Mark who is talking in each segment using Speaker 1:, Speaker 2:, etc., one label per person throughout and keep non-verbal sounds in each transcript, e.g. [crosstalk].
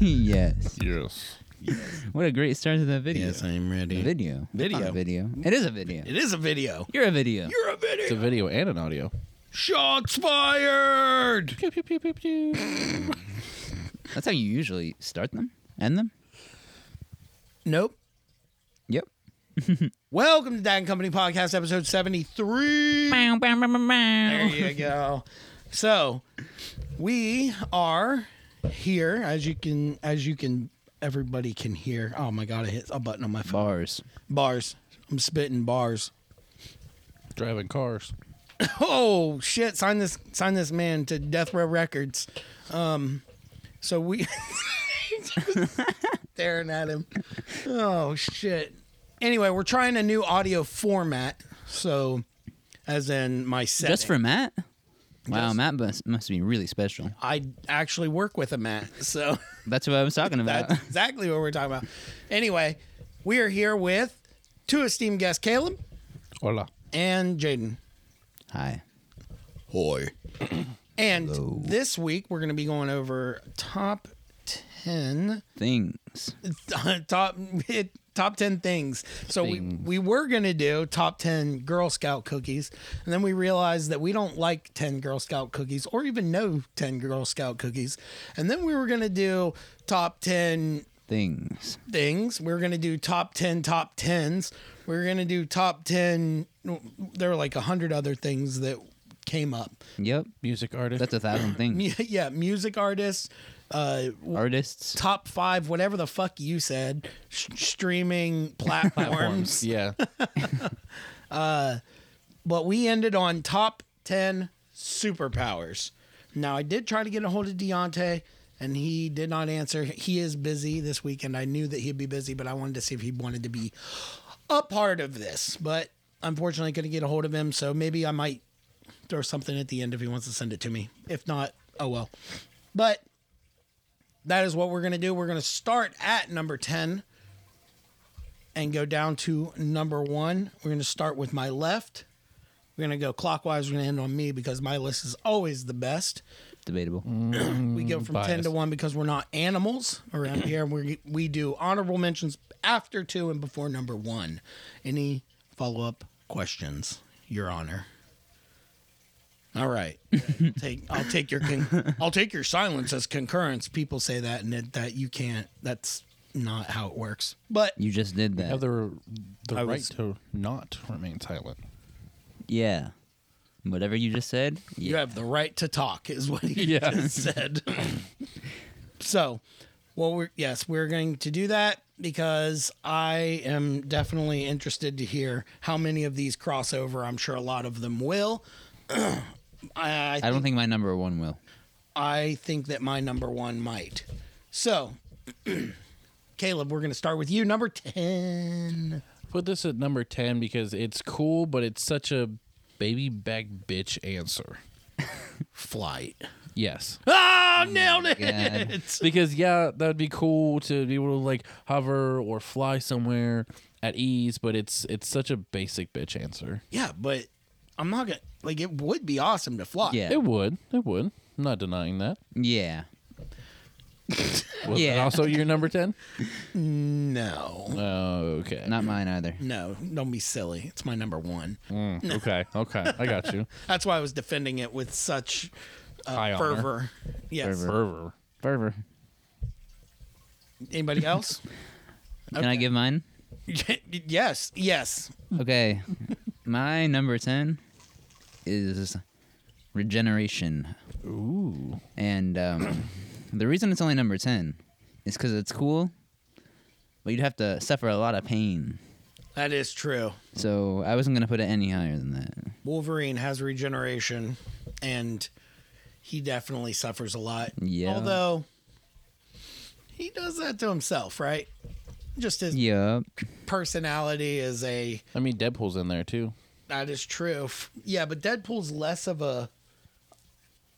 Speaker 1: yes.
Speaker 2: Yes.
Speaker 1: What a great start to that video.
Speaker 3: Yes, I'm
Speaker 1: A
Speaker 3: ready.
Speaker 1: video.
Speaker 3: Video.
Speaker 1: Not a video. It is a video.
Speaker 3: It is a video.
Speaker 1: You're a video.
Speaker 3: You're a video.
Speaker 2: It's a video and an audio.
Speaker 3: Shots fired.
Speaker 2: Pew, pew, pew, pew, pew.
Speaker 1: That's how you usually start them, end them.
Speaker 3: Nope.
Speaker 1: Yep.
Speaker 3: Welcome to Dying Company Podcast, episode 73. There you go. So we are here, as you can, as you can, everybody can hear. Oh my God, I hit a button on my phone.
Speaker 1: Bars.
Speaker 3: Bars. I'm spitting bars.
Speaker 2: Driving cars.
Speaker 3: Oh shit! Sign this, sign this man to Death Row Records. Um, so we [laughs] staring at him. Oh shit! Anyway, we're trying a new audio format. So, as in my set,
Speaker 1: Just for Matt? Wow, Matt must, must be really special.
Speaker 3: I actually work with a Matt, so [laughs]
Speaker 1: That's what I was talking about. [laughs]
Speaker 3: that's exactly what we're talking about. Anyway, we are here with two esteemed guests, Caleb
Speaker 2: Hola.
Speaker 3: and Jaden.
Speaker 1: Hi.
Speaker 3: Hoy. and this week we're going to be going over top 10
Speaker 1: Things.
Speaker 3: [laughs] top top 10 things. So we we were going to do top 10 Girl Scout cookies and then we realized that we don't like 10 Girl Scout cookies or even know 10 Girl Scout cookies. And then we were going to do top 10
Speaker 1: Things.
Speaker 3: things. We're going to do top 10 top 10s. We're going to do top 10 there were like a 100 other things that came up.
Speaker 1: Yep.
Speaker 2: Music artist.
Speaker 1: That's a thousand things.
Speaker 3: Yeah, [laughs] yeah, music artists, uh, w-
Speaker 1: Artists.
Speaker 3: top five, whatever the fuck you said, sh- streaming platforms.
Speaker 2: yeah.
Speaker 3: But we ended on top 10 superpowers. Now, I did try to get a hold of Deontay, and he did not answer. He is busy this weekend. I knew that he'd be busy, but I wanted to see if he wanted to be a part of this. But unfortunately, couldn't get a hold of him. So maybe I might throw something at the end if he wants to send it to me. If not, oh well. But that is what we're going to do. We're going to start at number 10 and go down to number one. We're going to start with my left. We're going to go clockwise. We're going to end on me because my list is always the best.
Speaker 1: [laughs] Debatable.
Speaker 3: We go from 10 to
Speaker 2: biased.
Speaker 3: 1 because we're not animals around here. We, we do honorable mentions after 2 and before number 1. Any follow up questions, Your Honor? All right. take, I'll take your con- I'll take your silence as concurrence. People say that and that, that you can't. That's not how it works. But
Speaker 1: You just did that.
Speaker 2: Have the, the
Speaker 3: I
Speaker 2: right
Speaker 3: was-
Speaker 2: to not remain silent.
Speaker 1: yeah. Whatever you just said.
Speaker 3: You
Speaker 1: Yeah.
Speaker 3: have the right to talk, is what he
Speaker 2: Yeah.
Speaker 3: just [laughs] said. so, well, we're, yes, we're going to do that because I am definitely interested to hear how many of these cross over. I'm sure a lot of them will. [clears throat] I,
Speaker 1: I don't think my number one
Speaker 3: [laughs]
Speaker 1: will.
Speaker 3: I think that my number one might. So, [clears throat] Caleb, we're going to start with you, number ten.
Speaker 2: Put this at number 10 because it's cool, but it's such a baby back bitch answer.
Speaker 3: Flight.
Speaker 2: Yes.
Speaker 3: Ah, nailed it.
Speaker 1: God.
Speaker 2: [laughs] Because yeah, that would be cool to be able to like hover or fly somewhere at ease, but it's it's such a basic bitch answer.
Speaker 3: Yeah, but I'm not gonna like. It would be awesome to fly.
Speaker 1: Yeah.
Speaker 2: It would. It would. I'm not denying that.
Speaker 1: Yeah.
Speaker 2: Was yeah.
Speaker 1: Yeah.
Speaker 2: also your number 10?
Speaker 3: No.
Speaker 2: Oh, okay.
Speaker 1: Not mine either.
Speaker 3: No, don't be silly. It's my number one.
Speaker 2: [laughs] Mm, okay. Okay. I got you.
Speaker 3: That's why I was defending it with such
Speaker 2: High
Speaker 3: uh,
Speaker 2: honor.
Speaker 3: fervor. Yes.
Speaker 1: Fervor.
Speaker 2: [laughs] Fervor.
Speaker 1: Fervor.
Speaker 3: Anybody else?
Speaker 1: Can I give mine?
Speaker 3: yes. Yes.
Speaker 1: Okay. My number 10 is regeneration.
Speaker 2: Ooh.
Speaker 1: And um, [clears throat] the reason it's only number 10 is because it's cool, but you'd have to suffer a lot of pain.
Speaker 3: That is true.
Speaker 1: So I wasn't going to put it any higher than that.
Speaker 3: Wolverine has regeneration, and he definitely suffers a lot.
Speaker 1: Yeah.
Speaker 3: Although he does that to himself, right? Just his
Speaker 1: Yup.
Speaker 3: personality is a
Speaker 2: I mean Deadpool's in there too.
Speaker 3: That is true. F- Yeah, but Deadpool's less of a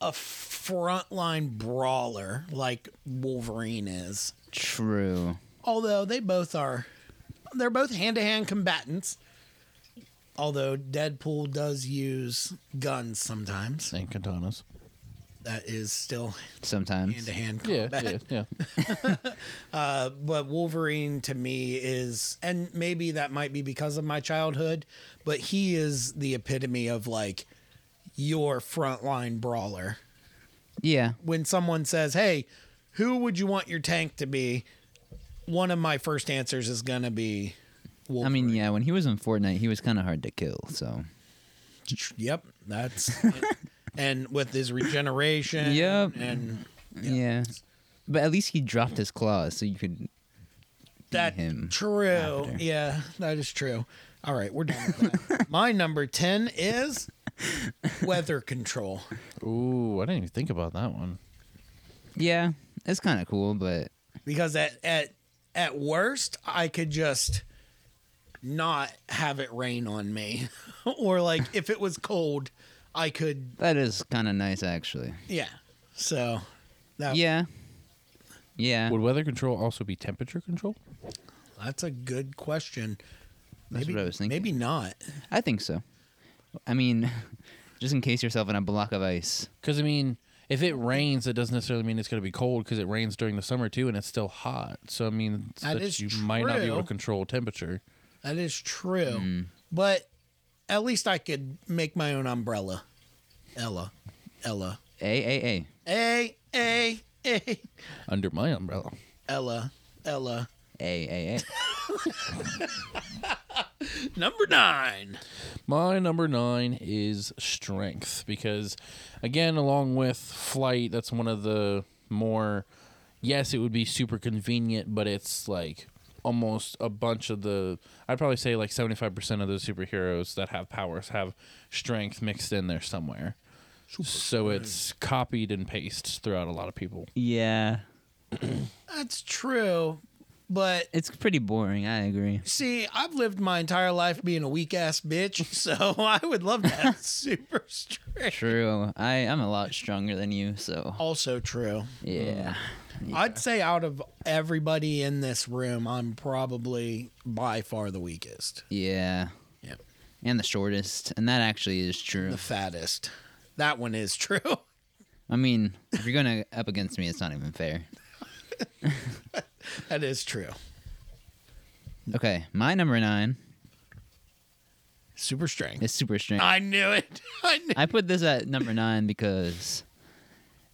Speaker 3: a frontline brawler like Wolverine is.
Speaker 1: True.
Speaker 3: Although they both are they're both hand-to-hand combatants. Although Deadpool does use guns sometimes.
Speaker 2: And katanas.
Speaker 3: that is still hand
Speaker 1: sometimes.
Speaker 3: to hand
Speaker 2: Yeah,
Speaker 3: combat.
Speaker 2: yeah, yeah.
Speaker 3: Uh, but Wolverine to me is, and maybe that might be because of my childhood, but he is the epitome of like your frontline brawler.
Speaker 1: Yeah.
Speaker 3: When someone says, "Hey, who would you want your tank to be?" One of my first answers is gonna be,
Speaker 1: I
Speaker 3: Wolverine.
Speaker 1: mean, yeah, when he was in Fortnite, he was kind of hard to kill, so.
Speaker 3: "Yep, that's." and with his regeneration,
Speaker 1: Yep.
Speaker 3: and
Speaker 1: Yeah. But at least he dropped his claws so you could
Speaker 3: That
Speaker 1: him
Speaker 3: true.
Speaker 1: after.
Speaker 3: Yeah, that is true. All right, we're done with that. [laughs] My number 10 is weather control.
Speaker 2: [laughs] Ooh, I didn't even think about that one.
Speaker 1: Yeah, it's kind of cool, but
Speaker 3: Because at at at worst, I could just not have it rain on me. [laughs] or like if it was cold, I could
Speaker 1: that is kind of nice actually.
Speaker 3: yeah. So that
Speaker 1: Yeah. Yeah.
Speaker 2: Would weather control also be temperature control?
Speaker 3: that's a good question.
Speaker 1: That's
Speaker 3: maybe,
Speaker 1: what I was thinking.
Speaker 3: Maybe not.
Speaker 1: I think so. I mean, [laughs] just encase yourself in a block of ice.
Speaker 2: Because I mean, if it rains, that doesn't necessarily mean it's going to be cold. Because it rains during the summer too, and it's still hot. So I mean, it's
Speaker 3: That is
Speaker 2: you might not be able
Speaker 3: true.
Speaker 2: to control temperature.
Speaker 3: That is true.
Speaker 1: Hmm.
Speaker 3: But at least I could make my own umbrella. Ella. Ella.
Speaker 1: A A A.
Speaker 3: A A A
Speaker 2: Under my umbrella,
Speaker 3: Ella. Ella.
Speaker 1: A A A.
Speaker 3: Number nine.
Speaker 2: my number nine is strength. Because again, along with flight, that's one of the more. Yes, it would be super convenient, but it's like almost a bunch of the. I'd probably say like seventy-five percent of the superheroes that have powers have strength mixed in there somewhere. so it's copied and pasted throughout a lot of people.
Speaker 1: [laughs] Yeah.
Speaker 3: That's true. But
Speaker 1: It's pretty boring, I agree.
Speaker 3: see, I've lived my entire life being a weak ass bitch, [laughs] so I would love
Speaker 1: [laughs]
Speaker 3: to have super strength.
Speaker 1: True. I I'm a lot stronger than you, so
Speaker 3: Also true.
Speaker 1: yeah.
Speaker 3: I'd say out of everybody in this room, I'm probably by far the weakest.
Speaker 1: Yeah.
Speaker 3: Yep.
Speaker 1: And the shortest, and that actually is true.
Speaker 3: The fattest. That one is true. [laughs]
Speaker 1: I mean, if you're going to up against me, it's not even fair.
Speaker 3: that is true.
Speaker 1: Okay, my number 9
Speaker 3: Super strength.
Speaker 1: is super strength.
Speaker 3: I knew it. [laughs] I knew
Speaker 1: I put this at number nine because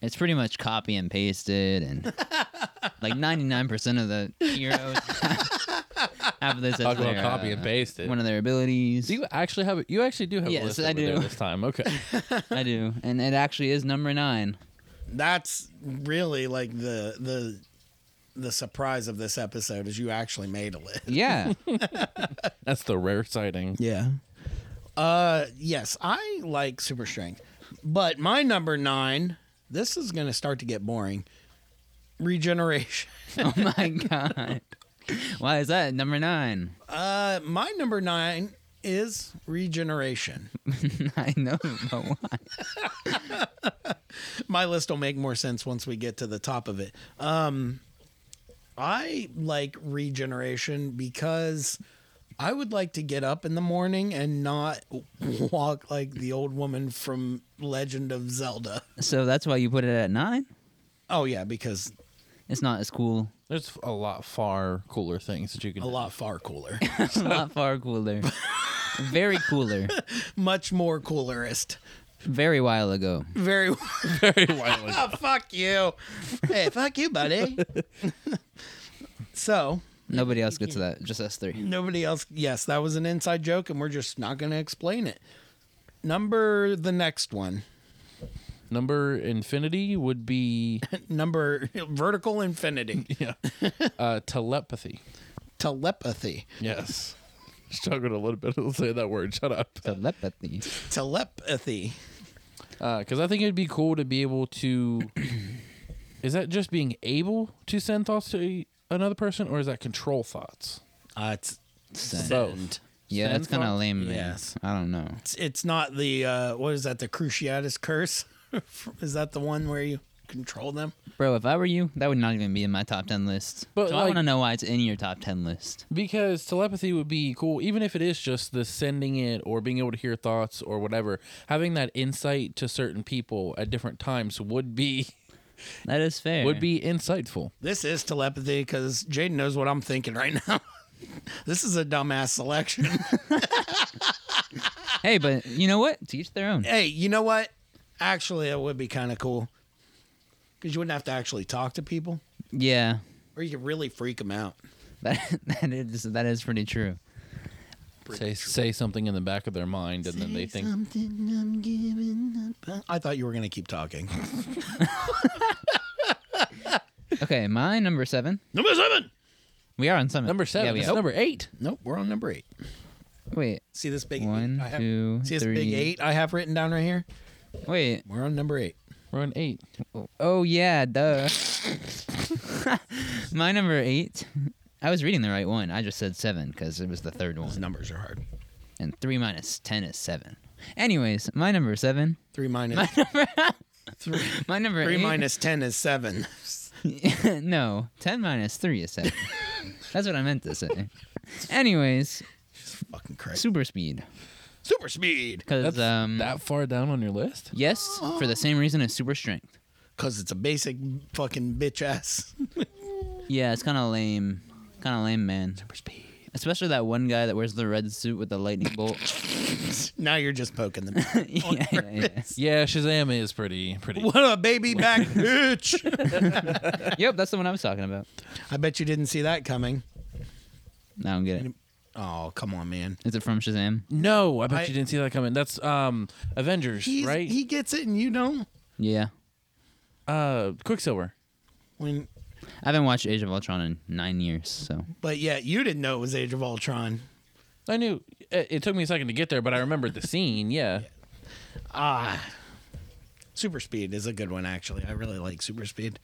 Speaker 1: it's pretty much copy and pasted, and like ninety nine percent of the heroes [laughs] have this as
Speaker 2: Talk about
Speaker 1: their,
Speaker 2: copy and
Speaker 1: uh,
Speaker 2: paste it.
Speaker 1: One of their abilities.
Speaker 2: Do you actually have You actually do have
Speaker 1: Yes,
Speaker 2: a list
Speaker 1: I
Speaker 2: over there
Speaker 1: do.
Speaker 2: this
Speaker 1: [laughs]
Speaker 2: time. Okay.
Speaker 1: I do, and it actually is number nine.
Speaker 3: that's really like the the the surprise of this episode is you actually made a list.
Speaker 2: [laughs]
Speaker 1: Yeah,
Speaker 2: That's the rare sighting.
Speaker 3: Yeah. Uh yes, I like super strength. But my number 9, this is going to start to get boring. Regeneration. [laughs]
Speaker 1: oh my god, why is that number nine? [laughs]
Speaker 3: Uh my number 9 is regeneration. [laughs]
Speaker 1: I know, but why?
Speaker 3: my list will make more sense once we get to the top of it. Um, I like regeneration because I would like to get up in the morning and not [laughs] walk like the old woman from Legend of Zelda. [laughs]
Speaker 1: So that's why you put it at nine.
Speaker 3: Oh yeah, because
Speaker 1: It's not as cool. [laughs]
Speaker 2: There's a lot far cooler things that you can.
Speaker 3: a lot far cooler, [laughs]
Speaker 1: It's a lot far
Speaker 2: [laughs]
Speaker 1: cooler. Very cooler.
Speaker 3: much more coolerist.
Speaker 1: Very while ago.
Speaker 3: Very [laughs]
Speaker 2: Very [laughs] wild.
Speaker 3: oh, fuck you. Hey, fuck you, buddy. [laughs] so
Speaker 1: Nobody else gets that. Just us three.
Speaker 3: Nobody else. Yes, that was an inside joke, and we're just not going to explain it. Number the next one.
Speaker 2: Number infinity would be
Speaker 3: Number [laughs] vertical infinity.
Speaker 2: [laughs] yeah. uh, telepathy.
Speaker 3: Telepathy.
Speaker 2: Yes. Struggled a little bit to say that word. Shut up.
Speaker 1: Telepathy.
Speaker 3: Telepathy.
Speaker 2: Because Uh, I think it'd be cool to be able to. [coughs] is that just being able to send thoughts to a- another person, or is that control thoughts?
Speaker 3: Uh, it's
Speaker 1: Send.
Speaker 2: Both.
Speaker 1: Yeah, that's kind of
Speaker 2: Sandfox?
Speaker 1: lame. man.
Speaker 3: Yes.
Speaker 1: I don't know.
Speaker 3: [laughs] it's, it's not the uh, what is that? The Cruciatus curse. is that the one where you control them.
Speaker 1: Bro, if I were you, that would not even be in my top 10 list.
Speaker 2: But,
Speaker 1: so I
Speaker 2: like-
Speaker 1: want to know why it's in your top 10 list.
Speaker 2: Because telepathy would be cool, even if it is just the sending it or being able to hear thoughts or whatever. Having that insight to certain people at different times would be
Speaker 1: That is fair.
Speaker 2: would be insightful.
Speaker 3: This is telepathy because Jaden knows what I'm thinking right now. [laughs] this is a dumbass selection. [laughs]
Speaker 1: Hey, but you know what? To each their own.
Speaker 3: hey, you know what? Actually, it would be kind of cool because you wouldn't have to actually talk to people,
Speaker 1: Yeah. [laughs]
Speaker 3: or you could really freak them out.
Speaker 1: That, that is that is pretty true.
Speaker 2: Say say something in the back of their mind, and then they think
Speaker 3: something I'm giving up. I thought you were gonna keep talking.
Speaker 1: Okay, my number seven.
Speaker 3: [laughs] number seven.
Speaker 1: We are on summit.
Speaker 2: number seven.
Speaker 1: Yeah, we
Speaker 2: it's
Speaker 1: are.
Speaker 2: number eight.
Speaker 3: Nope, we're on number eight.
Speaker 1: Wait,
Speaker 3: See this big
Speaker 1: one,
Speaker 3: eight I have-
Speaker 1: two,
Speaker 3: See this big
Speaker 1: three.
Speaker 3: eight I have written down right here.
Speaker 1: Wait.
Speaker 3: We're on number eight.
Speaker 2: We're on eight.
Speaker 1: Oh yeah, duh. [laughs] my number eight. I was reading the right one. I just said seven because it was the third
Speaker 3: Those
Speaker 1: one.
Speaker 3: numbers are hard.
Speaker 1: And three minus ten is seven. Anyways, my number
Speaker 2: [coughs]
Speaker 1: seven.
Speaker 3: Three
Speaker 1: [laughs]
Speaker 3: minus three,
Speaker 1: My number
Speaker 3: three
Speaker 1: eight.
Speaker 3: minus ten is seven. [laughs]
Speaker 1: [laughs] no, ten minus three is
Speaker 2: [laughs]
Speaker 1: seven. That's what I meant to say. Anyways,
Speaker 3: Fucking crazy.
Speaker 1: super speed.
Speaker 3: Super speed.
Speaker 1: Because
Speaker 2: That's
Speaker 1: um,
Speaker 2: that far down on your list.
Speaker 1: yes, for the same reason as super strength.
Speaker 3: Cause it's a basic fucking bitch ass. [laughs]
Speaker 1: Yeah, it's kind of lame. Kind of lame, man. Super speed. Especially that one guy that wears the red suit with the lightning bolt.
Speaker 2: [laughs]
Speaker 3: Now you're just poking them.
Speaker 1: [laughs] yeah, yeah, yeah.
Speaker 2: Yeah, Shazam is pretty pretty.
Speaker 3: what a baby back bitch.
Speaker 1: Yep, that's the one I was talking about.
Speaker 3: I bet you didn't see that coming.
Speaker 1: No, I don't get it.
Speaker 3: Oh come on, man.
Speaker 1: Is it from Shazam?
Speaker 2: No, I bet
Speaker 3: I-
Speaker 2: you didn't see that coming. That's um Avengers,
Speaker 3: He's,
Speaker 2: right?
Speaker 3: He gets it, and you don't.
Speaker 1: Yeah.
Speaker 2: uh, Quicksilver.
Speaker 3: When,
Speaker 1: I haven't watched Age of Ultron in nine years, so.
Speaker 3: but yeah, you didn't know it was Age of Ultron.
Speaker 2: I knew it, it took me a second to get there, but I remembered the scene.
Speaker 3: [laughs]
Speaker 2: Yeah,
Speaker 3: Ah, super speed is a good one actually. I really like super speed.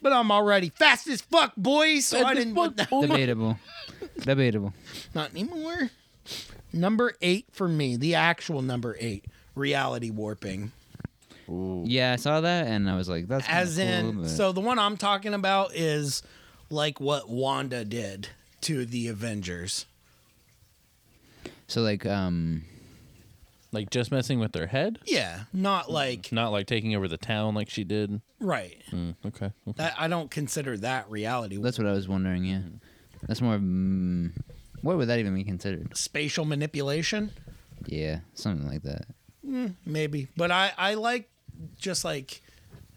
Speaker 3: But I'm already fast as fuck, boys. So I didn't.
Speaker 2: What- oh my- [laughs]
Speaker 1: Debatable. Debatable.
Speaker 3: [laughs] Not anymore. Number eight for me, the actual number eight, reality warping.
Speaker 1: Yeah, I saw that and I was like, that's kinda
Speaker 3: As in,
Speaker 1: cool, but-
Speaker 3: so the one I'm talking about is like what Wanda did to the Avengers.
Speaker 1: So, like, um,
Speaker 2: like just messing with their head,
Speaker 3: Yeah, not
Speaker 2: Mm,
Speaker 3: like
Speaker 2: not like taking over the town like she did.
Speaker 3: right.
Speaker 2: Mm, okay,
Speaker 3: That, I don't consider that reality.
Speaker 1: that's what I was wondering, yeah. That's more. Mm, what would that even be considered?
Speaker 3: spatial manipulation,
Speaker 1: Yeah, something like that.
Speaker 3: maybe. But I I like just like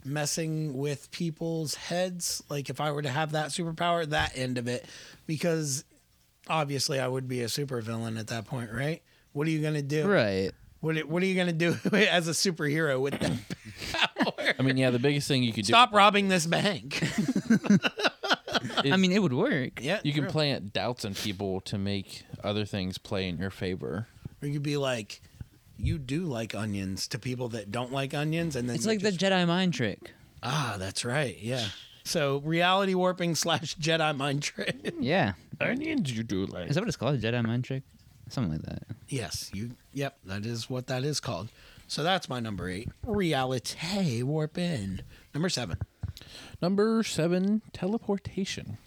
Speaker 3: messing with people's heads. Like if I were to have that superpower, that end of it, because obviously I would be a supervillain at that point, right? What are you gonna do?
Speaker 1: Right.
Speaker 3: What are- What are you gonna do [laughs] as a superhero with that?
Speaker 2: [coughs] I mean, yeah, the biggest thing you could
Speaker 3: Stop robbing this bank. [laughs]
Speaker 2: do. Is
Speaker 1: I mean, it would work.
Speaker 3: yeah,
Speaker 2: you can
Speaker 3: true.
Speaker 2: plant doubts in people to make other things play in your favor.
Speaker 3: Or you could be like, you do like onions to people that don't like onions, and then
Speaker 1: It's
Speaker 3: you
Speaker 1: like
Speaker 3: just
Speaker 1: the Jedi mind trick.
Speaker 3: Ah, that's right. Yeah. [laughs] So reality warping slash Jedi mind trick. [laughs]
Speaker 1: Yeah.
Speaker 2: Onions, you do like.
Speaker 1: Is that what it's called? Jedi mind trick? Something like that.
Speaker 3: yes, you. Yep, that is what that is called. So that's my number eight. Reality warp in. Number seven.
Speaker 2: Number seven, teleportation.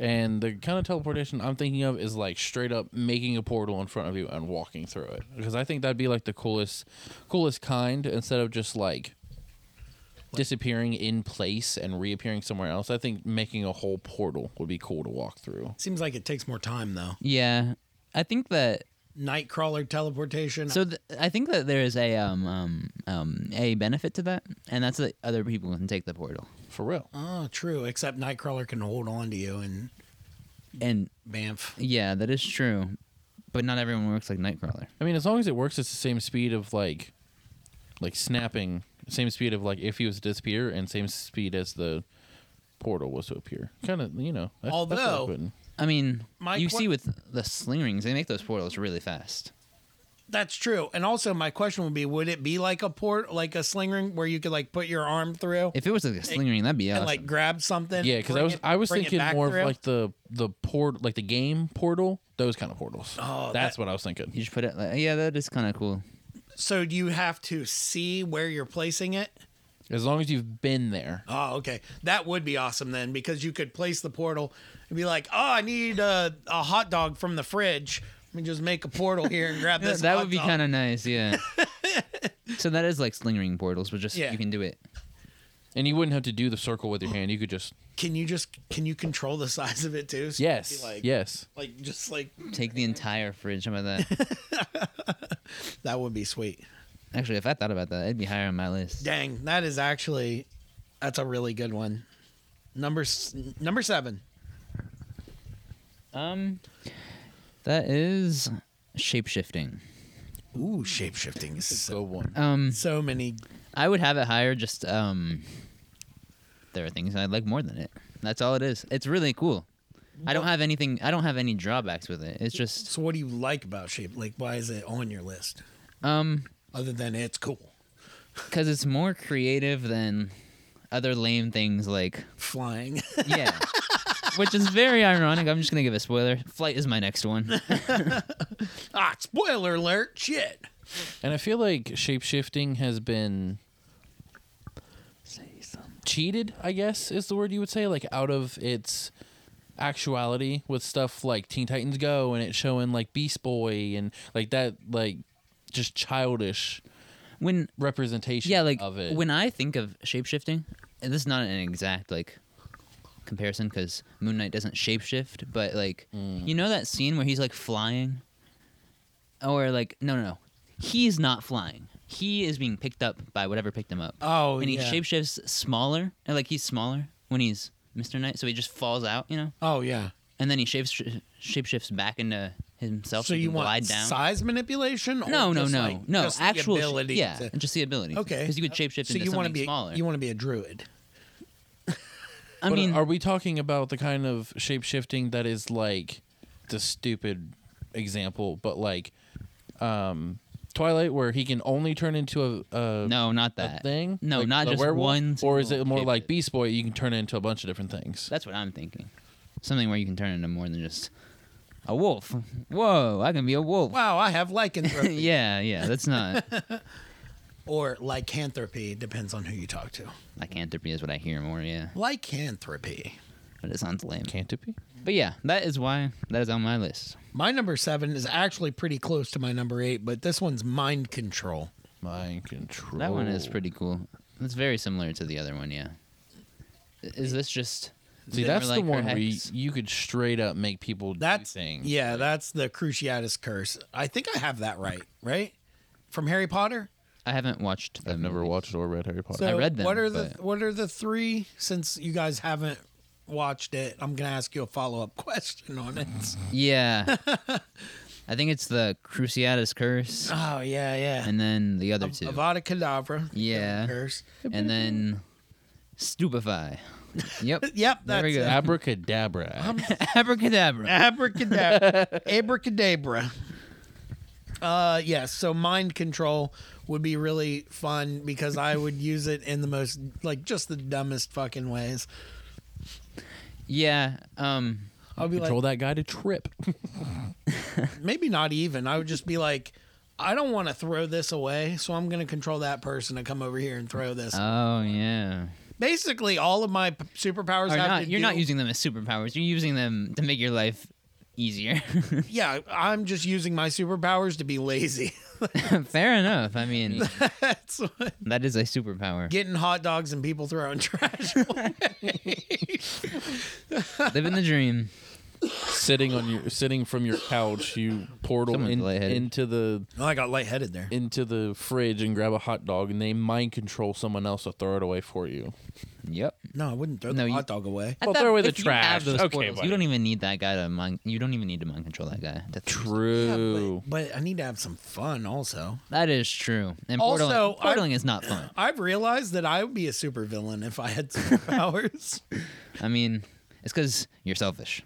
Speaker 2: And the kind of teleportation I'm thinking of is like straight up making a portal in front of you and walking through it. Because I think that'd be like the coolest, coolest kind instead of just like disappearing in place and reappearing somewhere else. I think making a whole portal would be cool to walk through.
Speaker 3: Seems like it takes more time though.
Speaker 1: Yeah. I think that
Speaker 3: Nightcrawler teleportation.
Speaker 1: so th- I think that there is a um, um um a benefit to that and that's that other people can take the portal.
Speaker 2: For real.
Speaker 3: oh, true. Except Nightcrawler can hold on to you and
Speaker 1: And
Speaker 3: bamf.
Speaker 1: yeah, that is true. But not everyone works like Nightcrawler.
Speaker 2: I mean, as long as it works, it's the same speed of like, like snapping, same speed of like if he was to disappear, and same speed as the portal was to appear. Kind of, you know. That's, that's what I'm
Speaker 3: Although-
Speaker 2: putting.
Speaker 1: I mean,
Speaker 3: My
Speaker 1: you
Speaker 3: que-
Speaker 1: see with the sling rings, they make those portals really fast.
Speaker 3: That's true. And also, my question would be: Would it be like a port, like a sling ring, where you could like put your arm through
Speaker 1: If it was like a sling ring, that'd be
Speaker 3: and
Speaker 1: awesome.
Speaker 3: like grab something?
Speaker 2: yeah, because I
Speaker 3: bring
Speaker 2: was
Speaker 3: it-
Speaker 2: I was
Speaker 3: bring it
Speaker 2: thinking
Speaker 3: back
Speaker 2: more of
Speaker 3: through?
Speaker 2: like the the port like the game portal, those kind of portals.
Speaker 3: Oh,
Speaker 2: that's
Speaker 3: that-
Speaker 2: what I was thinking.
Speaker 1: you just put it like yeah, that is kind of cool.
Speaker 3: So do you have to see where you're placing it?
Speaker 2: As long as you've been there.
Speaker 3: Oh, okay. That would be awesome then, because you could place the portal and be like, "Oh, I need a, a hot dog from the fridge. Let me just make a portal here and
Speaker 2: [laughs]
Speaker 3: grab this."
Speaker 1: that would be kind of nice,
Speaker 3: [laughs]
Speaker 1: yeah. so that is like sling ring portals, but just
Speaker 3: Yeah.
Speaker 1: you can do it.
Speaker 2: And you wouldn't have to do the circle with your hand. You could just
Speaker 3: Can you just can you control the size of it too? So you could
Speaker 2: yes,
Speaker 3: be Like,
Speaker 2: yes.
Speaker 3: Like just like
Speaker 1: Take the entire fridge. How about
Speaker 3: [laughs]
Speaker 1: that?
Speaker 3: that would be sweet.
Speaker 1: Actually, if I thought about that, it'd be higher on my list.
Speaker 3: Dang, that is actually that's a really good one. Number s- number seven.
Speaker 1: Um, that is shape shifting.
Speaker 3: Ooh, shape shifting is so,
Speaker 2: Go one.
Speaker 1: Um,
Speaker 3: so many.
Speaker 1: I would have it higher. Just um, there are things I like more than it. That's all it is. It's really cool. I don't have anything. I don't have any drawbacks with it. It's just
Speaker 3: So what do you like about shape? Like why is it on your list
Speaker 1: um,
Speaker 3: other than it's cool?
Speaker 1: because it's more creative than other lame things like
Speaker 3: Flying. [laughs]
Speaker 1: yeah, which is very ironic. I'm just gonna give a spoiler. Flight is my next one.
Speaker 3: ah, spoiler alert. Shit.
Speaker 2: And I feel like shapeshifting has been cheated, I guess is the word you would say, like out of its actuality with stuff like Teen Titans Go and it showing like Beast Boy and like that like just childish
Speaker 1: When
Speaker 2: representation
Speaker 1: yeah, like
Speaker 2: of it.
Speaker 1: when I think of shape shifting, and this is not an exact like comparison because Moon Knight doesn't shape shift, but like
Speaker 2: Mm.
Speaker 1: you know that scene where he's like flying, or like no no no, he's not flying. He is being picked up by whatever picked him up.
Speaker 3: Oh,
Speaker 1: and he
Speaker 3: yeah.
Speaker 1: shape shifts smaller, and like he's smaller when he's Mister Knight, so he just falls out, you know,
Speaker 3: Oh yeah.
Speaker 1: and then he shapes shape shifts back into himself.
Speaker 3: So
Speaker 1: he
Speaker 3: you
Speaker 1: can
Speaker 3: want
Speaker 1: glide down.
Speaker 3: size manipulation? Or
Speaker 1: No, no,
Speaker 3: just,
Speaker 1: no,
Speaker 3: like,
Speaker 1: no.
Speaker 3: just the
Speaker 1: Actual, sh-
Speaker 3: ability
Speaker 1: yeah,
Speaker 3: to-
Speaker 1: just the ability.
Speaker 3: Okay.
Speaker 1: because you could shape shift
Speaker 3: so
Speaker 1: into
Speaker 3: you wanna
Speaker 1: something
Speaker 3: be
Speaker 1: smaller.
Speaker 3: you want to be a druid?
Speaker 1: I
Speaker 2: But
Speaker 1: mean,
Speaker 2: are we talking about the kind of shapeshifting that is like the stupid example, but like um Twilight where he can only turn into a, a
Speaker 1: no, not
Speaker 2: a
Speaker 1: that
Speaker 2: thing?
Speaker 1: No,
Speaker 2: Like
Speaker 1: not
Speaker 2: the
Speaker 1: just
Speaker 2: werewolf?
Speaker 1: one.
Speaker 2: Or is
Speaker 1: single
Speaker 2: it more
Speaker 1: shape
Speaker 2: like
Speaker 1: shift.
Speaker 2: Beast Boy? You can turn it into a bunch of different things.
Speaker 1: That's what I'm thinking. Something where you can turn into more than just a wolf. Whoa, I can be a wolf.
Speaker 3: Wow, I have
Speaker 1: [laughs]
Speaker 3: lycanthropy
Speaker 1: yeah, yeah, that's not [laughs]
Speaker 3: or lycanthropy depends on who you talk to.
Speaker 1: lycanthropy is what I hear more. Yeah,
Speaker 3: Lycanthropy.
Speaker 1: but it sounds lame.
Speaker 2: Can't it be?
Speaker 1: But yeah, that is why that is on my list.
Speaker 3: My number seven is actually pretty close to my number eight, but this one's mind control.
Speaker 2: Mind control.
Speaker 1: That one is pretty cool. It's very similar to the other one. Yeah. Is this just?
Speaker 2: See,
Speaker 1: Zimmer
Speaker 2: that's the
Speaker 1: like her
Speaker 2: one where you,
Speaker 1: hex?
Speaker 2: you could straight up make people
Speaker 3: That's
Speaker 2: do things.
Speaker 3: yeah, that's the Cruciatus curse. I think I have that right, right? From Harry Potter.
Speaker 1: I haven't watched.
Speaker 2: I've
Speaker 1: them.
Speaker 2: never watched or read Harry Potter.
Speaker 3: So
Speaker 1: read them,
Speaker 3: What are the
Speaker 1: but-
Speaker 3: What are the three? Since you guys haven't watched it, I'm gonna ask you a follow up [laughs] question on it.
Speaker 2: [laughs]
Speaker 1: Yeah. I think it's the Cruciatus Curse,
Speaker 3: Oh yeah, yeah.
Speaker 1: and then the other two,
Speaker 3: Avada Kedavra.
Speaker 1: Yeah.
Speaker 3: Curse.
Speaker 1: and then Stupefy. Yep.
Speaker 3: [laughs] Yep.
Speaker 1: There
Speaker 3: That's
Speaker 1: we
Speaker 3: it.
Speaker 1: go. [laughs]
Speaker 2: Abracadabra.
Speaker 1: Abracadabra. [laughs]
Speaker 3: Abracadabra. Abracadabra. Uh, yeah, so mind control would be really fun because I would use it in the most, like, just the dumbest fucking ways.
Speaker 1: Yeah. Um.
Speaker 3: I'll be
Speaker 2: Control that guy to trip. [laughs]
Speaker 3: like, maybe not even. I would just be like, I don't want to throw this away, so I'm going to control that person to come over here and throw this.
Speaker 1: Oh yeah.
Speaker 3: Basically, all of my p- superpowers
Speaker 1: Or
Speaker 3: have
Speaker 1: not,
Speaker 3: to
Speaker 1: you're
Speaker 3: do-
Speaker 1: not using them as superpowers. You're using them to make your life easier. [laughs]
Speaker 3: Yeah, I'm just using my superpowers to be lazy. [laughs]
Speaker 1: Fair enough. I mean,
Speaker 3: That's what-
Speaker 1: that is a superpower.
Speaker 3: getting hot dogs and people
Speaker 1: [laughs]
Speaker 3: throwing [laughs] trash.
Speaker 1: Living the dream.
Speaker 2: sitting on your sitting from your couch, you portal
Speaker 1: Someone's
Speaker 2: in-
Speaker 1: lightheaded.
Speaker 2: into the
Speaker 3: oh, I got lightheaded there.
Speaker 2: into the fridge and grab a hot dog and they mind control someone else to throw it away for you.
Speaker 1: Yep.
Speaker 3: No, I wouldn't throw
Speaker 1: No,
Speaker 3: the
Speaker 1: you-
Speaker 3: hot dog away.
Speaker 1: I
Speaker 2: Well,
Speaker 1: thought
Speaker 2: throw away the
Speaker 1: if you have
Speaker 2: trash.
Speaker 1: those
Speaker 2: Okay,
Speaker 1: portals,
Speaker 2: buddy.
Speaker 1: you don't even need that guy to mind. You don't even need to mind control that guy. to throw
Speaker 2: True.
Speaker 3: But I need to have some fun also.
Speaker 1: That is true. And
Speaker 3: Also,
Speaker 1: portaling,
Speaker 3: I-
Speaker 1: portaling is not fun.
Speaker 3: I've realized that I would be a supervillain if I had superpowers.
Speaker 1: I mean, it's because you're selfish.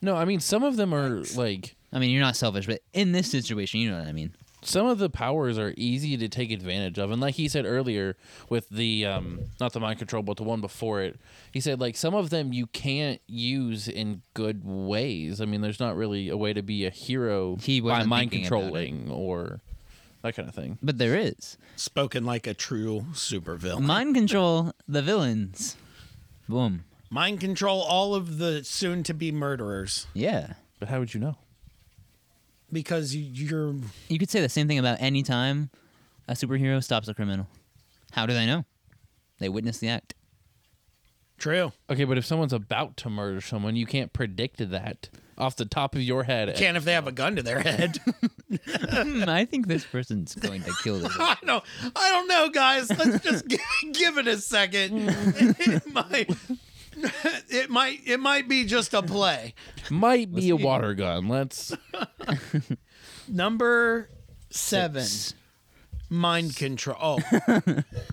Speaker 2: No, I mean some of them are like
Speaker 1: I mean, you're not selfish, but in this situation, you know what I mean.
Speaker 2: some of the powers are easy to take advantage of and like he said earlier with the um not the mind control but the one before it he said like some of them you can't use in good ways i mean there's not really a way to be a hero
Speaker 1: He
Speaker 2: by
Speaker 1: wasn't
Speaker 2: mind
Speaker 1: thinking about it.
Speaker 2: controlling or that kind of thing.
Speaker 1: But there is.
Speaker 3: [laughs] Spoken like a true supervillain.
Speaker 1: Mind control the villains. Boom.
Speaker 3: Mind control all of the soon to be murderers
Speaker 1: Yeah.
Speaker 2: But how would you know?
Speaker 3: because you- you're
Speaker 1: You could say the same thing about any time a superhero stops a criminal. How do they know? They witness the [laughs] act.
Speaker 3: true.
Speaker 2: Okay, but if someone's about to murder someone, you can't predict that off the top of your head.
Speaker 3: Can't if they have a gun to their head. [laughs]
Speaker 1: Hmm, I think this person's going to kill this.
Speaker 3: I don't. I don't know, guys. Let's just [laughs] g- give it a second. [laughs] It might. [laughs] It might. It might be just a play.
Speaker 2: Might be a water gun. Let's
Speaker 3: Number seven. Mind control. Oh.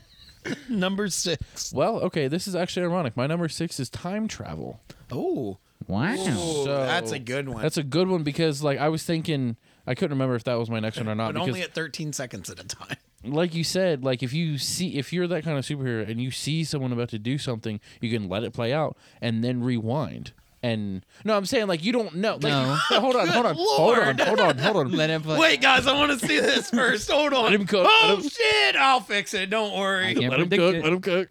Speaker 2: [laughs]
Speaker 3: Number six.
Speaker 2: Well, okay, this is actually ironic. My number six is time travel.
Speaker 3: Oh,
Speaker 1: Wow.
Speaker 3: Ooh,
Speaker 2: So-
Speaker 3: that's a good one.
Speaker 2: That's a good one because, like, I was thinking, I couldn't remember if that was my next one or not.
Speaker 3: but
Speaker 2: Because,
Speaker 3: only at 13 seconds at a
Speaker 2: [laughs]
Speaker 3: time.
Speaker 2: like you said, like if you see, if you're that kind of superhero and you see someone about to do something, you can let it play out and then rewind. And no, I'm saying like you don't know. Like,
Speaker 1: No.
Speaker 2: [laughs] hold on, hold on, hold on, hold on, hold
Speaker 3: [laughs]
Speaker 2: on.
Speaker 1: Let it play.
Speaker 3: Wait, guys, I want to
Speaker 2: [laughs]
Speaker 3: see this first. Hold on.
Speaker 2: Let him cook.
Speaker 3: Oh
Speaker 2: Let him-
Speaker 3: shit! I'll fix it. Don't worry.
Speaker 1: can't
Speaker 2: [laughs] Let him
Speaker 1: predict
Speaker 2: cook.
Speaker 1: it.
Speaker 2: Let him cook.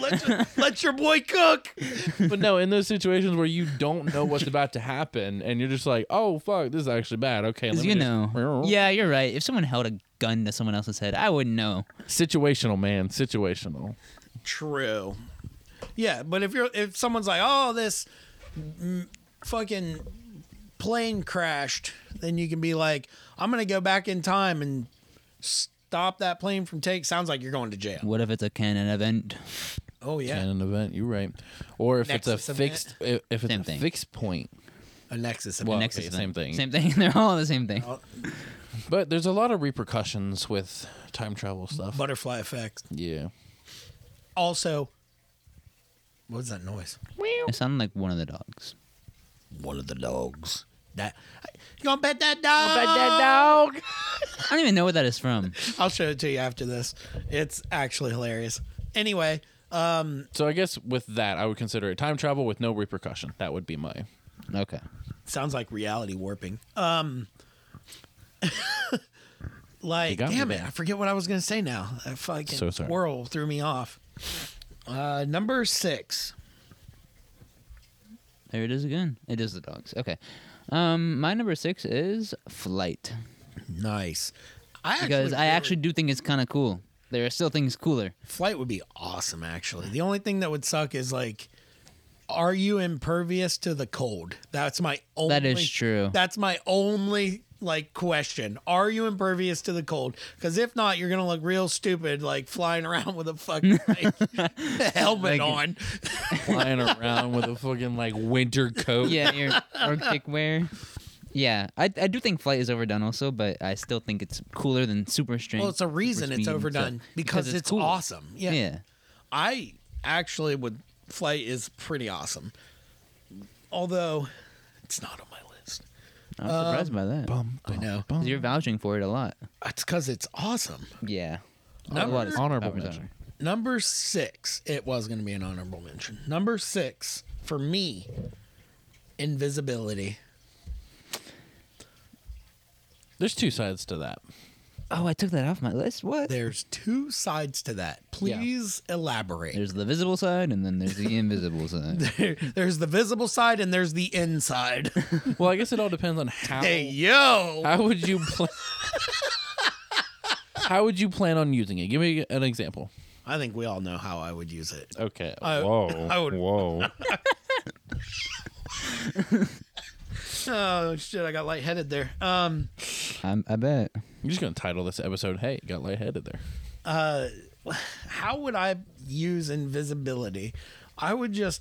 Speaker 3: Let your, let your boy cook.
Speaker 2: [laughs] but no, in those situations where you don't know what's about to happen and you're just like, oh fuck, this is actually bad. Okay, let
Speaker 1: Because
Speaker 2: me
Speaker 1: you
Speaker 2: just-
Speaker 1: know. Yeah, you're right. If someone held a gun to someone else's head, I wouldn't know.
Speaker 2: situational, man, situational.
Speaker 3: True. Yeah, but if you're if someone's like, "Oh, this mm, fucking plane crashed," then you can be like, "I'm gonna go back in time and stop that plane from take." Sounds like you're going to jail.
Speaker 1: What if it's a canon [laughs] event?
Speaker 3: Oh yeah,
Speaker 2: and an event. You're right. Or if it's
Speaker 3: Nexus
Speaker 2: a
Speaker 3: event.
Speaker 2: fixed, if if it's
Speaker 1: Same
Speaker 2: a
Speaker 1: thing.
Speaker 2: fixed point.
Speaker 3: a nexus.
Speaker 2: Well,
Speaker 1: Nexus
Speaker 2: okay,
Speaker 1: event. Same
Speaker 2: same thing.
Speaker 1: thing. [laughs] Oh. They're all the same thing.
Speaker 2: But there's a lot of repercussions with time travel stuff.
Speaker 3: butterfly effect.
Speaker 2: yeah.
Speaker 3: Also, what was that noise?
Speaker 1: It sounded like one of the dogs.
Speaker 3: One of the dogs. That you gonna pet that dog?
Speaker 2: dog.
Speaker 1: I don't even know what that is from.
Speaker 3: I'll show it to you after this. It's actually hilarious. Anyway,
Speaker 2: So I guess with that, I would consider it time travel with no repercussion. That would be
Speaker 3: [laughs]
Speaker 2: my.
Speaker 1: [laughs] Okay.
Speaker 3: sounds like reality warping. Um, [laughs] like
Speaker 2: got me
Speaker 3: damn it,
Speaker 2: there.
Speaker 3: I forget what I was gonna say now. That fucking
Speaker 2: So sorry.
Speaker 3: swirl threw me off. Uh, number six.
Speaker 1: There it is again. It is the dogs. Okay. Um, my number six is flight
Speaker 3: Nice. I
Speaker 1: because
Speaker 3: actually
Speaker 1: I
Speaker 3: feel
Speaker 1: actually do think it's kind of cool. There are still things cooler.
Speaker 3: flight would be awesome. Actually, the only thing that would suck is like, are you impervious to the cold? That's my only.
Speaker 1: That is true.
Speaker 3: That's my only like question. Are you impervious to the cold? Because if not, you're gonna look real stupid, like flying [laughs] around with
Speaker 1: [laughs]
Speaker 3: a fucking like, helmet
Speaker 1: Like-
Speaker 3: on.
Speaker 2: Flying around with a fucking like winter coat.
Speaker 1: Yeah, [laughs] your Arctic wear. Yeah, I I do think flight is overdone also, but I still think it's cooler than super strength.
Speaker 3: Well, it's a
Speaker 1: super
Speaker 3: reason
Speaker 1: speed
Speaker 3: it's
Speaker 1: and
Speaker 3: overdone
Speaker 1: stuff,
Speaker 3: because, it's,
Speaker 1: uh, cool.
Speaker 3: awesome. Yeah.
Speaker 1: Yeah.
Speaker 3: I actually would. Flight is pretty awesome, although it's not on my list.
Speaker 1: I'm surprised by that.
Speaker 2: Bum,
Speaker 3: I
Speaker 2: bum,
Speaker 3: know.
Speaker 2: bum.
Speaker 1: 'Cause You're vouching for it a lot.
Speaker 3: It's because it's awesome.
Speaker 1: Yeah.
Speaker 3: Number-
Speaker 1: of stuff
Speaker 2: Honorable
Speaker 1: was
Speaker 2: mention.
Speaker 3: Number six. It was going to be an honorable mention. Number six for me. Invisibility.
Speaker 2: There's two sides to that.
Speaker 1: Oh, I took that off my list. What?
Speaker 3: There's two sides to that. Please elaborate.
Speaker 1: There's the visible side, and then there's the invisible side.
Speaker 3: [laughs] there's the visible side and there's the [laughs] inside.
Speaker 2: Well, I guess it all depends on how.
Speaker 3: hey yo.
Speaker 2: How would you plan? how would you plan on using it? Give me an example.
Speaker 3: I think we all know how I would use it.
Speaker 2: Okay.
Speaker 3: I-
Speaker 2: whoa.
Speaker 3: I would-
Speaker 2: Whoa.
Speaker 3: [laughs] Oh shit, I got lightheaded there. Um
Speaker 1: I'm, I bet.
Speaker 2: I'm just gonna title this episode. Hey, it got lightheaded there.
Speaker 3: how would I use invisibility? I would just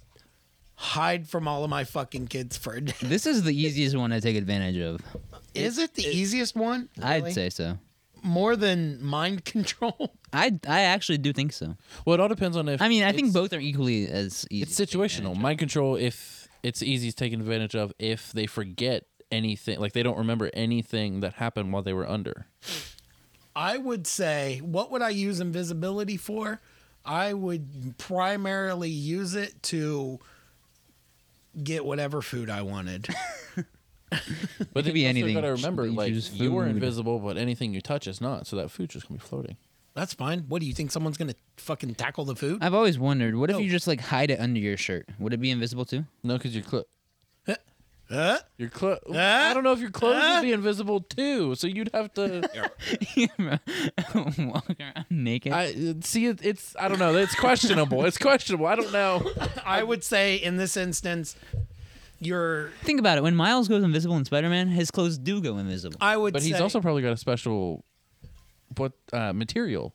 Speaker 3: hide from all of my fucking kids for a day.
Speaker 1: This is the easiest one to take advantage of.
Speaker 3: [laughs] Is it the easiest one?
Speaker 1: I'd
Speaker 3: Really?
Speaker 1: say so.
Speaker 3: more than mind [laughs] control.
Speaker 1: I I actually do think so.
Speaker 2: Well, it all depends on if.
Speaker 1: I mean, I think
Speaker 2: it's-
Speaker 1: both are equally as easy.
Speaker 2: It's situational. Mind control. If it's easy to take advantage of, if they forget anything, like they don't remember anything that happened while they were under.
Speaker 3: I would say, what would I use invisibility for? I would primarily [laughs] use it to get whatever food I wanted.
Speaker 2: But
Speaker 1: could
Speaker 2: then
Speaker 1: be
Speaker 2: you also
Speaker 1: anything.
Speaker 2: Gotta
Speaker 1: It should
Speaker 2: remember,
Speaker 1: be
Speaker 2: like
Speaker 1: just
Speaker 2: you are
Speaker 1: food.
Speaker 2: invisible, but anything you touch is not. So that food just gonna be floating.
Speaker 3: That's fine. What do you think? Someone's gonna fucking tackle the food?
Speaker 1: I've always wondered, what if
Speaker 3: No.
Speaker 1: you just like hide it under your shirt? Would it be invisible too? [laughs]
Speaker 2: No, because your clo
Speaker 3: Huh?
Speaker 2: Your clo
Speaker 3: Ah!
Speaker 2: I don't know if your clothes
Speaker 3: Ah!
Speaker 2: would be invisible too. So you'd have to.
Speaker 1: Walk around naked.
Speaker 2: I see. It, it's. I don't know. It's questionable. It's questionable. I don't know.
Speaker 3: I would say in this instance, you're.
Speaker 1: Think about it. When Miles goes invisible in Spider-Man, his clothes do go invisible.
Speaker 3: I would.
Speaker 2: But he's
Speaker 3: say-
Speaker 2: also probably got a special, what uh, material,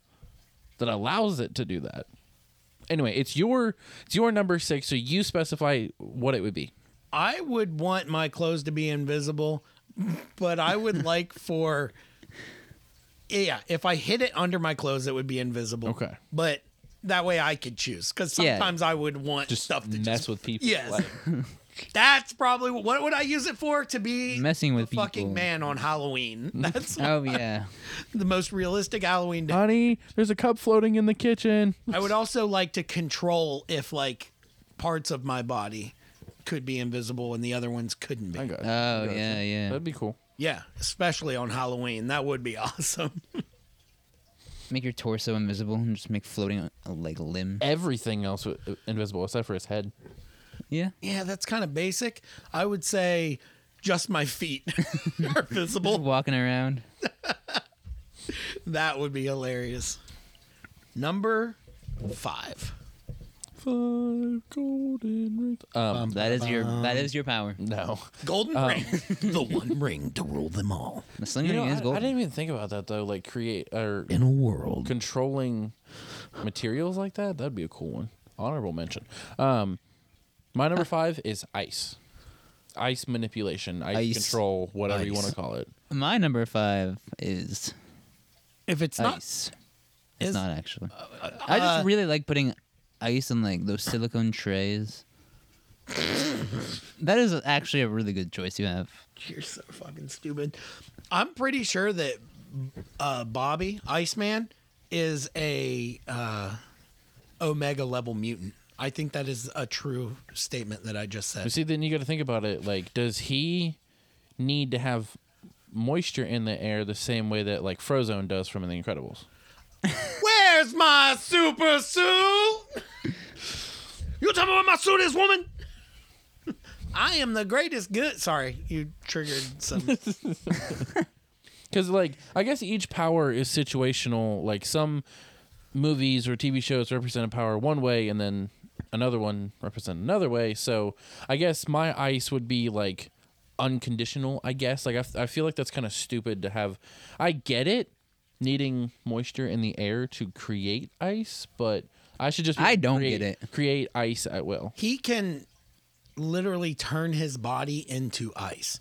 Speaker 2: that allows it to do that. Anyway, it's your it's your number six. So you specify what it would be.
Speaker 3: I would want my clothes to be invisible, but I would like for. Yeah, if I hid it under my clothes, it would be invisible.
Speaker 2: Okay.
Speaker 3: But that way I could choose because
Speaker 1: Yeah.
Speaker 3: sometimes I would want
Speaker 2: Just
Speaker 3: stuff to
Speaker 2: mess
Speaker 3: just.
Speaker 2: with people.
Speaker 3: Yes. [laughs]
Speaker 2: like-
Speaker 3: That's probably what would I use it for? To be
Speaker 1: Messing with
Speaker 3: a fucking
Speaker 1: people.
Speaker 3: man on Halloween. That's
Speaker 1: Oh yeah.
Speaker 3: the most realistic Halloween day.
Speaker 2: honey, there's a cup floating in the kitchen.
Speaker 3: I would also like to control if like parts of my body could be invisible and the other ones couldn't be.
Speaker 2: I got you.
Speaker 1: Oh
Speaker 2: I got
Speaker 1: yeah,
Speaker 2: you.
Speaker 1: yeah.
Speaker 2: That'd be cool.
Speaker 3: Yeah, especially on Halloween. That would be [laughs] awesome.
Speaker 1: Make your torso invisible and just make floating a like limb.
Speaker 2: Everything else wa- invisible except for his head.
Speaker 1: Yeah.
Speaker 3: Yeah, that's kind of basic. I would say just my feet [laughs] are visible.
Speaker 1: Walking around.
Speaker 3: That would be hilarious. Number 5.
Speaker 2: Five golden rings. Um,
Speaker 1: That is your that is your power.
Speaker 2: no.
Speaker 3: Golden ring. Uh, [laughs] the one ring to rule them all.
Speaker 1: The sling
Speaker 2: You know,
Speaker 1: ring
Speaker 2: I,
Speaker 1: is gold.
Speaker 2: I didn't even think about that though. Like create or
Speaker 3: In a world.
Speaker 2: controlling materials like that. That'd be a cool one. Honorable mention. Um, my number five is ice. Ice manipulation, ice,
Speaker 1: Ice.
Speaker 2: control, whatever you
Speaker 3: Ice.
Speaker 2: want to call it.
Speaker 1: My number five is
Speaker 3: If it's not
Speaker 1: ice. It's
Speaker 3: is-
Speaker 1: not actually.
Speaker 2: uh,
Speaker 1: I just really like putting ice in like those silicone
Speaker 2: [laughs]
Speaker 1: trays. that is actually a really good choice you have.
Speaker 3: You're so fucking stupid. I'm pretty sure that uh, Bobby Iceman is a uh, Omega level mutant. I think that is a true statement that I just
Speaker 2: But
Speaker 3: said.
Speaker 2: see, then you got to think about it. Like, does he need to have moisture in the air the same way that like Frozone does from The Incredibles?
Speaker 3: Where's my super suit? You tell me where my suit is, woman. I am the greatest good. Sorry, you triggered
Speaker 2: [laughs]
Speaker 3: some.
Speaker 2: Because like, I guess each power is situational. Like some movies or TV shows represent a power one way, and then another one represent another way. So I guess my ice would be like unconditional. I guess like I, f- I feel like that's kind of stupid to have. I get it, needing moisture in the air to create ice, but I should just be
Speaker 1: I
Speaker 2: able to
Speaker 1: don't
Speaker 2: create,
Speaker 1: get it.
Speaker 2: Create ice at will.
Speaker 3: he can literally turn his body into ice.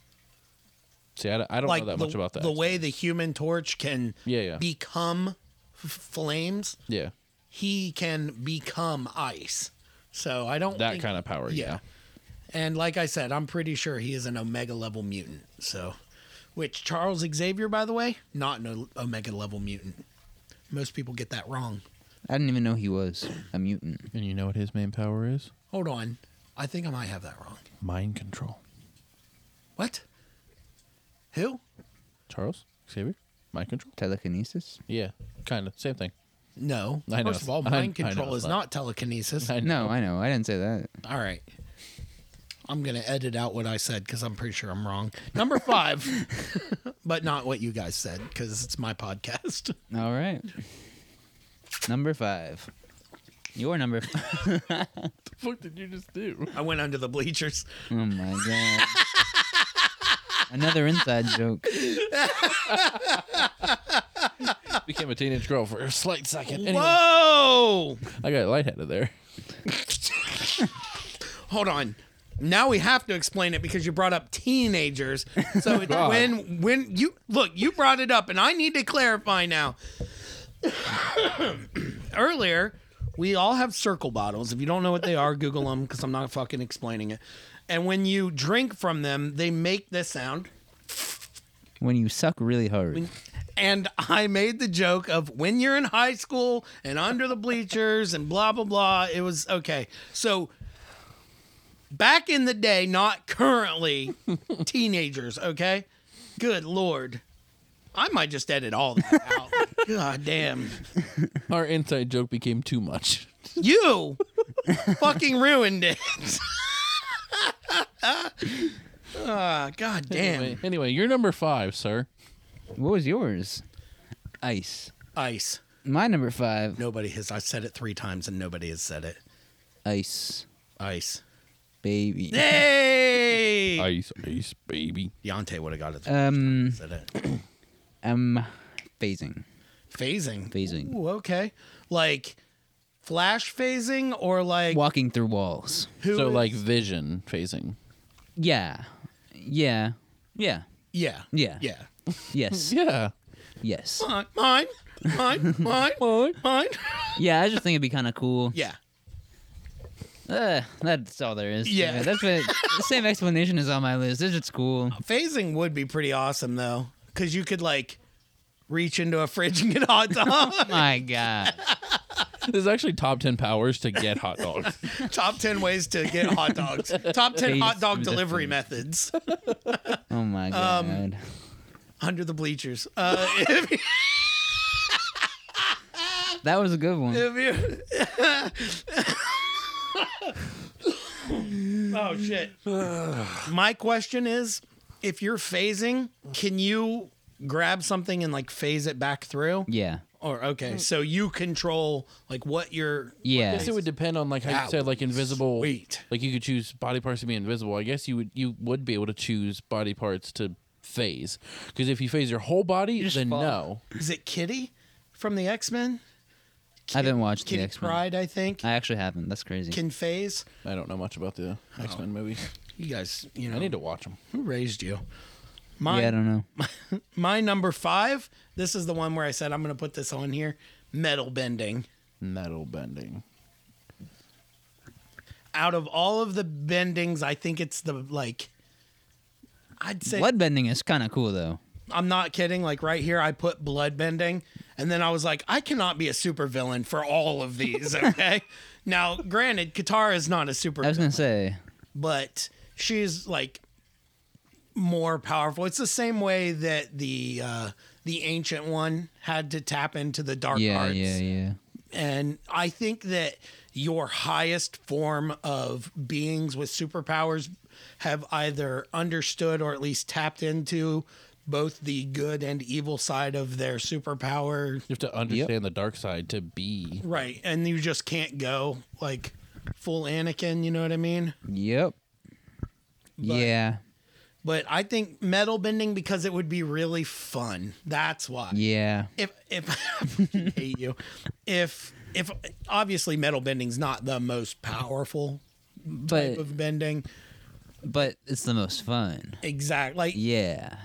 Speaker 2: See, I, d- I don't
Speaker 3: like
Speaker 2: know that
Speaker 3: the,
Speaker 2: much about that.
Speaker 3: the way the human torch can
Speaker 2: Yeah, yeah.
Speaker 3: become f- flames
Speaker 2: yeah,
Speaker 3: he can become ice so i don't
Speaker 2: that
Speaker 3: think-
Speaker 2: kind of power. yeah.
Speaker 3: and like i said i'm pretty sure he is an omega level mutant so which charles xavier by the way not an o- omega level mutant most people get that wrong
Speaker 1: I didn't even know he was a mutant.
Speaker 2: And you know what his main power is?
Speaker 3: hold on i think i might have that wrong
Speaker 2: Mind control.
Speaker 3: what who
Speaker 2: Charles Xavier, mind control.
Speaker 1: Telekinesis?
Speaker 2: Yeah, kind of same thing.
Speaker 3: no
Speaker 2: I know it's-
Speaker 3: first of all
Speaker 2: I-
Speaker 3: mind
Speaker 2: I know
Speaker 3: control
Speaker 2: it's not.
Speaker 3: is not telekinesis
Speaker 2: I
Speaker 1: No, I know. I didn't say that.
Speaker 3: All right. I'm going to edit out what I said because I'm pretty sure I'm wrong. Number
Speaker 2: [laughs]
Speaker 3: five, but not what you guys said because it's my podcast.
Speaker 1: All right. Number five. Your number. F-
Speaker 2: What did you just do?
Speaker 3: I went under the bleachers.
Speaker 1: oh my god. Another inside joke.
Speaker 2: [laughs] Became a teenage girl for a slight second. Anyway,
Speaker 3: Whoa!
Speaker 2: I got lightheaded there. [laughs]
Speaker 3: Hold on. Now we have to explain it because you brought up teenagers. So it's
Speaker 2: God.
Speaker 3: when when you look, you brought it up, and I need to clarify now. [coughs] Earlier, we all have circle bottles. If you don't know what they are, Google them because I'm not fucking explaining it. And when you drink from them, they make this sound.
Speaker 1: When you suck really hard.
Speaker 3: And I made the joke of when you're in high school and under the bleachers and blah blah blah. It was okay. So Back in the day, not currently teenagers, okay? Good lord. I might just edit all that out. God damn.
Speaker 2: Our inside joke became too much.
Speaker 3: You fucking ruined it. [laughs] Ah, God damn.
Speaker 2: Anyway, anyway, you're number five, sir.
Speaker 1: What was yours? Ice.
Speaker 3: Ice.
Speaker 1: My number five.
Speaker 3: Nobody has. I said it three times and nobody has said it.
Speaker 1: Ice,
Speaker 3: Ice.
Speaker 1: baby.
Speaker 3: Hey!
Speaker 2: Ice, ice, baby.
Speaker 3: Deontay would have got it. the first time
Speaker 1: Um,
Speaker 3: he said it.
Speaker 1: um, phasing.
Speaker 3: Phasing.
Speaker 1: Phasing.
Speaker 3: Ooh, okay. Like flash phasing or like
Speaker 1: Walking through walls.
Speaker 3: who
Speaker 2: so
Speaker 3: is-
Speaker 2: like vision phasing.
Speaker 1: Yeah. Yeah. Yeah.
Speaker 3: yeah.
Speaker 1: Yeah.
Speaker 3: Yeah.
Speaker 1: Yes.
Speaker 2: Yeah.
Speaker 1: yes.
Speaker 3: Mine, mine,
Speaker 1: [laughs]
Speaker 3: mine, mine, mine.
Speaker 1: Yeah, I just think it'd be kind of cool.
Speaker 3: Yeah.
Speaker 1: Uh, that's all there is. to
Speaker 3: Yeah.
Speaker 1: it. That's what, the same explanation is on my list. It's just cool.
Speaker 3: Phasing would be pretty awesome though, because you could like reach into a fridge and get a
Speaker 1: [laughs]
Speaker 3: hot dog.
Speaker 1: My God.
Speaker 2: This is actually top ten powers to get hot dogs.
Speaker 3: Top ten ways to get hot dogs. Top ten hot dog delivery methods
Speaker 1: Oh my God.
Speaker 3: Um, under the bleachers. Uh, [laughs] if, you-
Speaker 1: that was a good one.
Speaker 3: if you. [laughs] oh shit. My question is, if you're phasing, can you grab something and like phase it back through?
Speaker 1: Yeah.
Speaker 3: Or okay, so you control like what you're
Speaker 2: I
Speaker 1: Yeah.
Speaker 2: guess it would depend on like how
Speaker 3: That
Speaker 2: you said like invisible.
Speaker 3: sweet.
Speaker 2: Like you could choose body parts to be invisible. I guess you would you would be able to choose body parts to phase because if you phase your whole body,
Speaker 1: just
Speaker 2: then
Speaker 1: fall.
Speaker 2: no.
Speaker 3: Is it Kitty from the X Men?
Speaker 1: I haven't watched
Speaker 3: Kitty
Speaker 1: the X Men.
Speaker 3: Pride, I think.
Speaker 1: I actually haven't. That's crazy.
Speaker 3: Can phase.
Speaker 2: I don't know much about the X Men movies.
Speaker 3: You guys, you know,
Speaker 2: Oh. I need to watch them.
Speaker 3: who raised you?
Speaker 1: yeah, I
Speaker 3: My
Speaker 1: don't know.
Speaker 3: my number five. This is the one where I said I'm going to put this on here. Metal bending.
Speaker 2: Metal bending.
Speaker 3: Out of all of the bendings, I think it's the like. I'd say
Speaker 1: Bloodbending is kind of cool though.
Speaker 3: I'm not kidding. Like right here, I put blood bending, and then I was like, I cannot be a supervillain for all
Speaker 1: [laughs]
Speaker 3: of these. Okay. now, granted, Katara is not a super.
Speaker 1: I was gonna say.
Speaker 3: but she's like more powerful. It's the same way that the uh, the ancient one had to tap into the dark
Speaker 1: Yeah,
Speaker 3: arts,
Speaker 1: yeah, yeah.
Speaker 3: and I think that your highest form of beings with superpowers have either understood or at least tapped into both the good and evil side of their superpower.
Speaker 2: You have to understand the dark side to be.
Speaker 3: Right, and you just can't go like full Anakin. You know what I mean?
Speaker 1: Yep. yeah.
Speaker 3: but I think metal bending because it would be really fun. That's why.
Speaker 1: Yeah.
Speaker 3: If [laughs] if I hate you, if if obviously metal bending's not the most powerful
Speaker 1: But
Speaker 3: type of bending,
Speaker 1: but it's the most fun.
Speaker 3: exact like
Speaker 1: Yeah.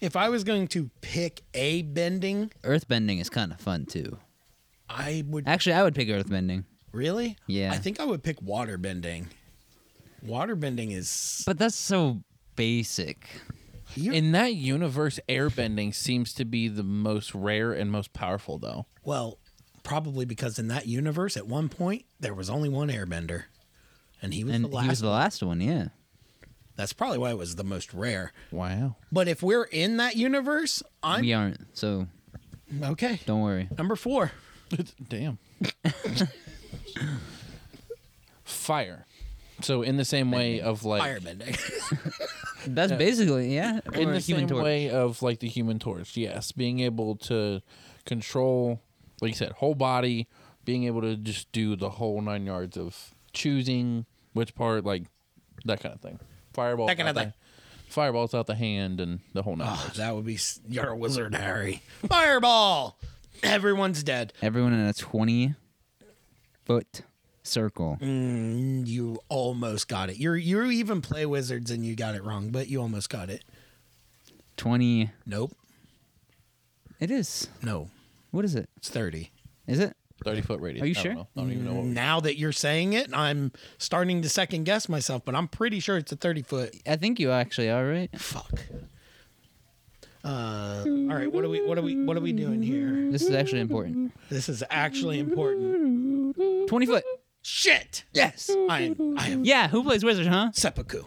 Speaker 3: if I was going to pick a bending,
Speaker 1: Earthbending is kind of fun too.
Speaker 3: I would
Speaker 1: Actually, I would pick earthbending.
Speaker 3: really.
Speaker 1: Yeah.
Speaker 3: I think I would pick water bending. Water bending is
Speaker 1: But that's so basic.
Speaker 2: In that universe, airbending seems to be the most rare and most powerful, though.
Speaker 3: well probably because in that universe at one point there was only one airbender, and he was
Speaker 1: And
Speaker 3: the last.
Speaker 1: he was the last one, yeah.
Speaker 3: That's probably why it was the most rare.
Speaker 2: Wow.
Speaker 3: But if we're in that universe, I'm
Speaker 1: We aren't, so
Speaker 3: okay.
Speaker 1: don't worry.
Speaker 3: Number four,
Speaker 2: [laughs] Damn. Fire. So in the same way of like
Speaker 1: [laughs]
Speaker 3: firebending.
Speaker 1: That's basically yeah.
Speaker 2: in
Speaker 1: or
Speaker 2: the
Speaker 1: human
Speaker 2: same
Speaker 1: torch.
Speaker 2: way of like the human torch, yes, being able to control, like you said, whole body, being able to just do the whole nine yards of choosing which part, like that kind of thing. Fireball,
Speaker 3: That kind of
Speaker 2: out
Speaker 3: thing.
Speaker 2: The, fireballs out the hand and the whole nine.
Speaker 3: oh, that would be s- you're a wizard, Harry. Fireball. Everyone's dead.
Speaker 1: Everyone in a twenty foot circle.
Speaker 3: Mm, You almost got it. You you even play wizards and you got it wrong, but you almost got it.
Speaker 1: Twenty
Speaker 3: Nope.
Speaker 1: it is.
Speaker 3: No,
Speaker 1: What is it?
Speaker 3: it's thirty.
Speaker 1: Is it?
Speaker 2: Thirty foot radius.
Speaker 1: Are you
Speaker 2: I
Speaker 1: sure?
Speaker 2: don't
Speaker 1: Mm.
Speaker 2: know. I don't even know. What we-
Speaker 3: Now that you're saying it, I'm starting to second guess myself, but I'm pretty sure it's a thirty foot.
Speaker 1: I think you actually are right.
Speaker 3: Fuck. Uh, all right, what are we what are we what are we doing here?
Speaker 1: This is actually important.
Speaker 3: This is actually important.
Speaker 1: Twenty foot.
Speaker 3: Shit.
Speaker 1: Yes.
Speaker 3: I am, I am
Speaker 1: Yeah, who plays wizard, huh?
Speaker 3: seppuku.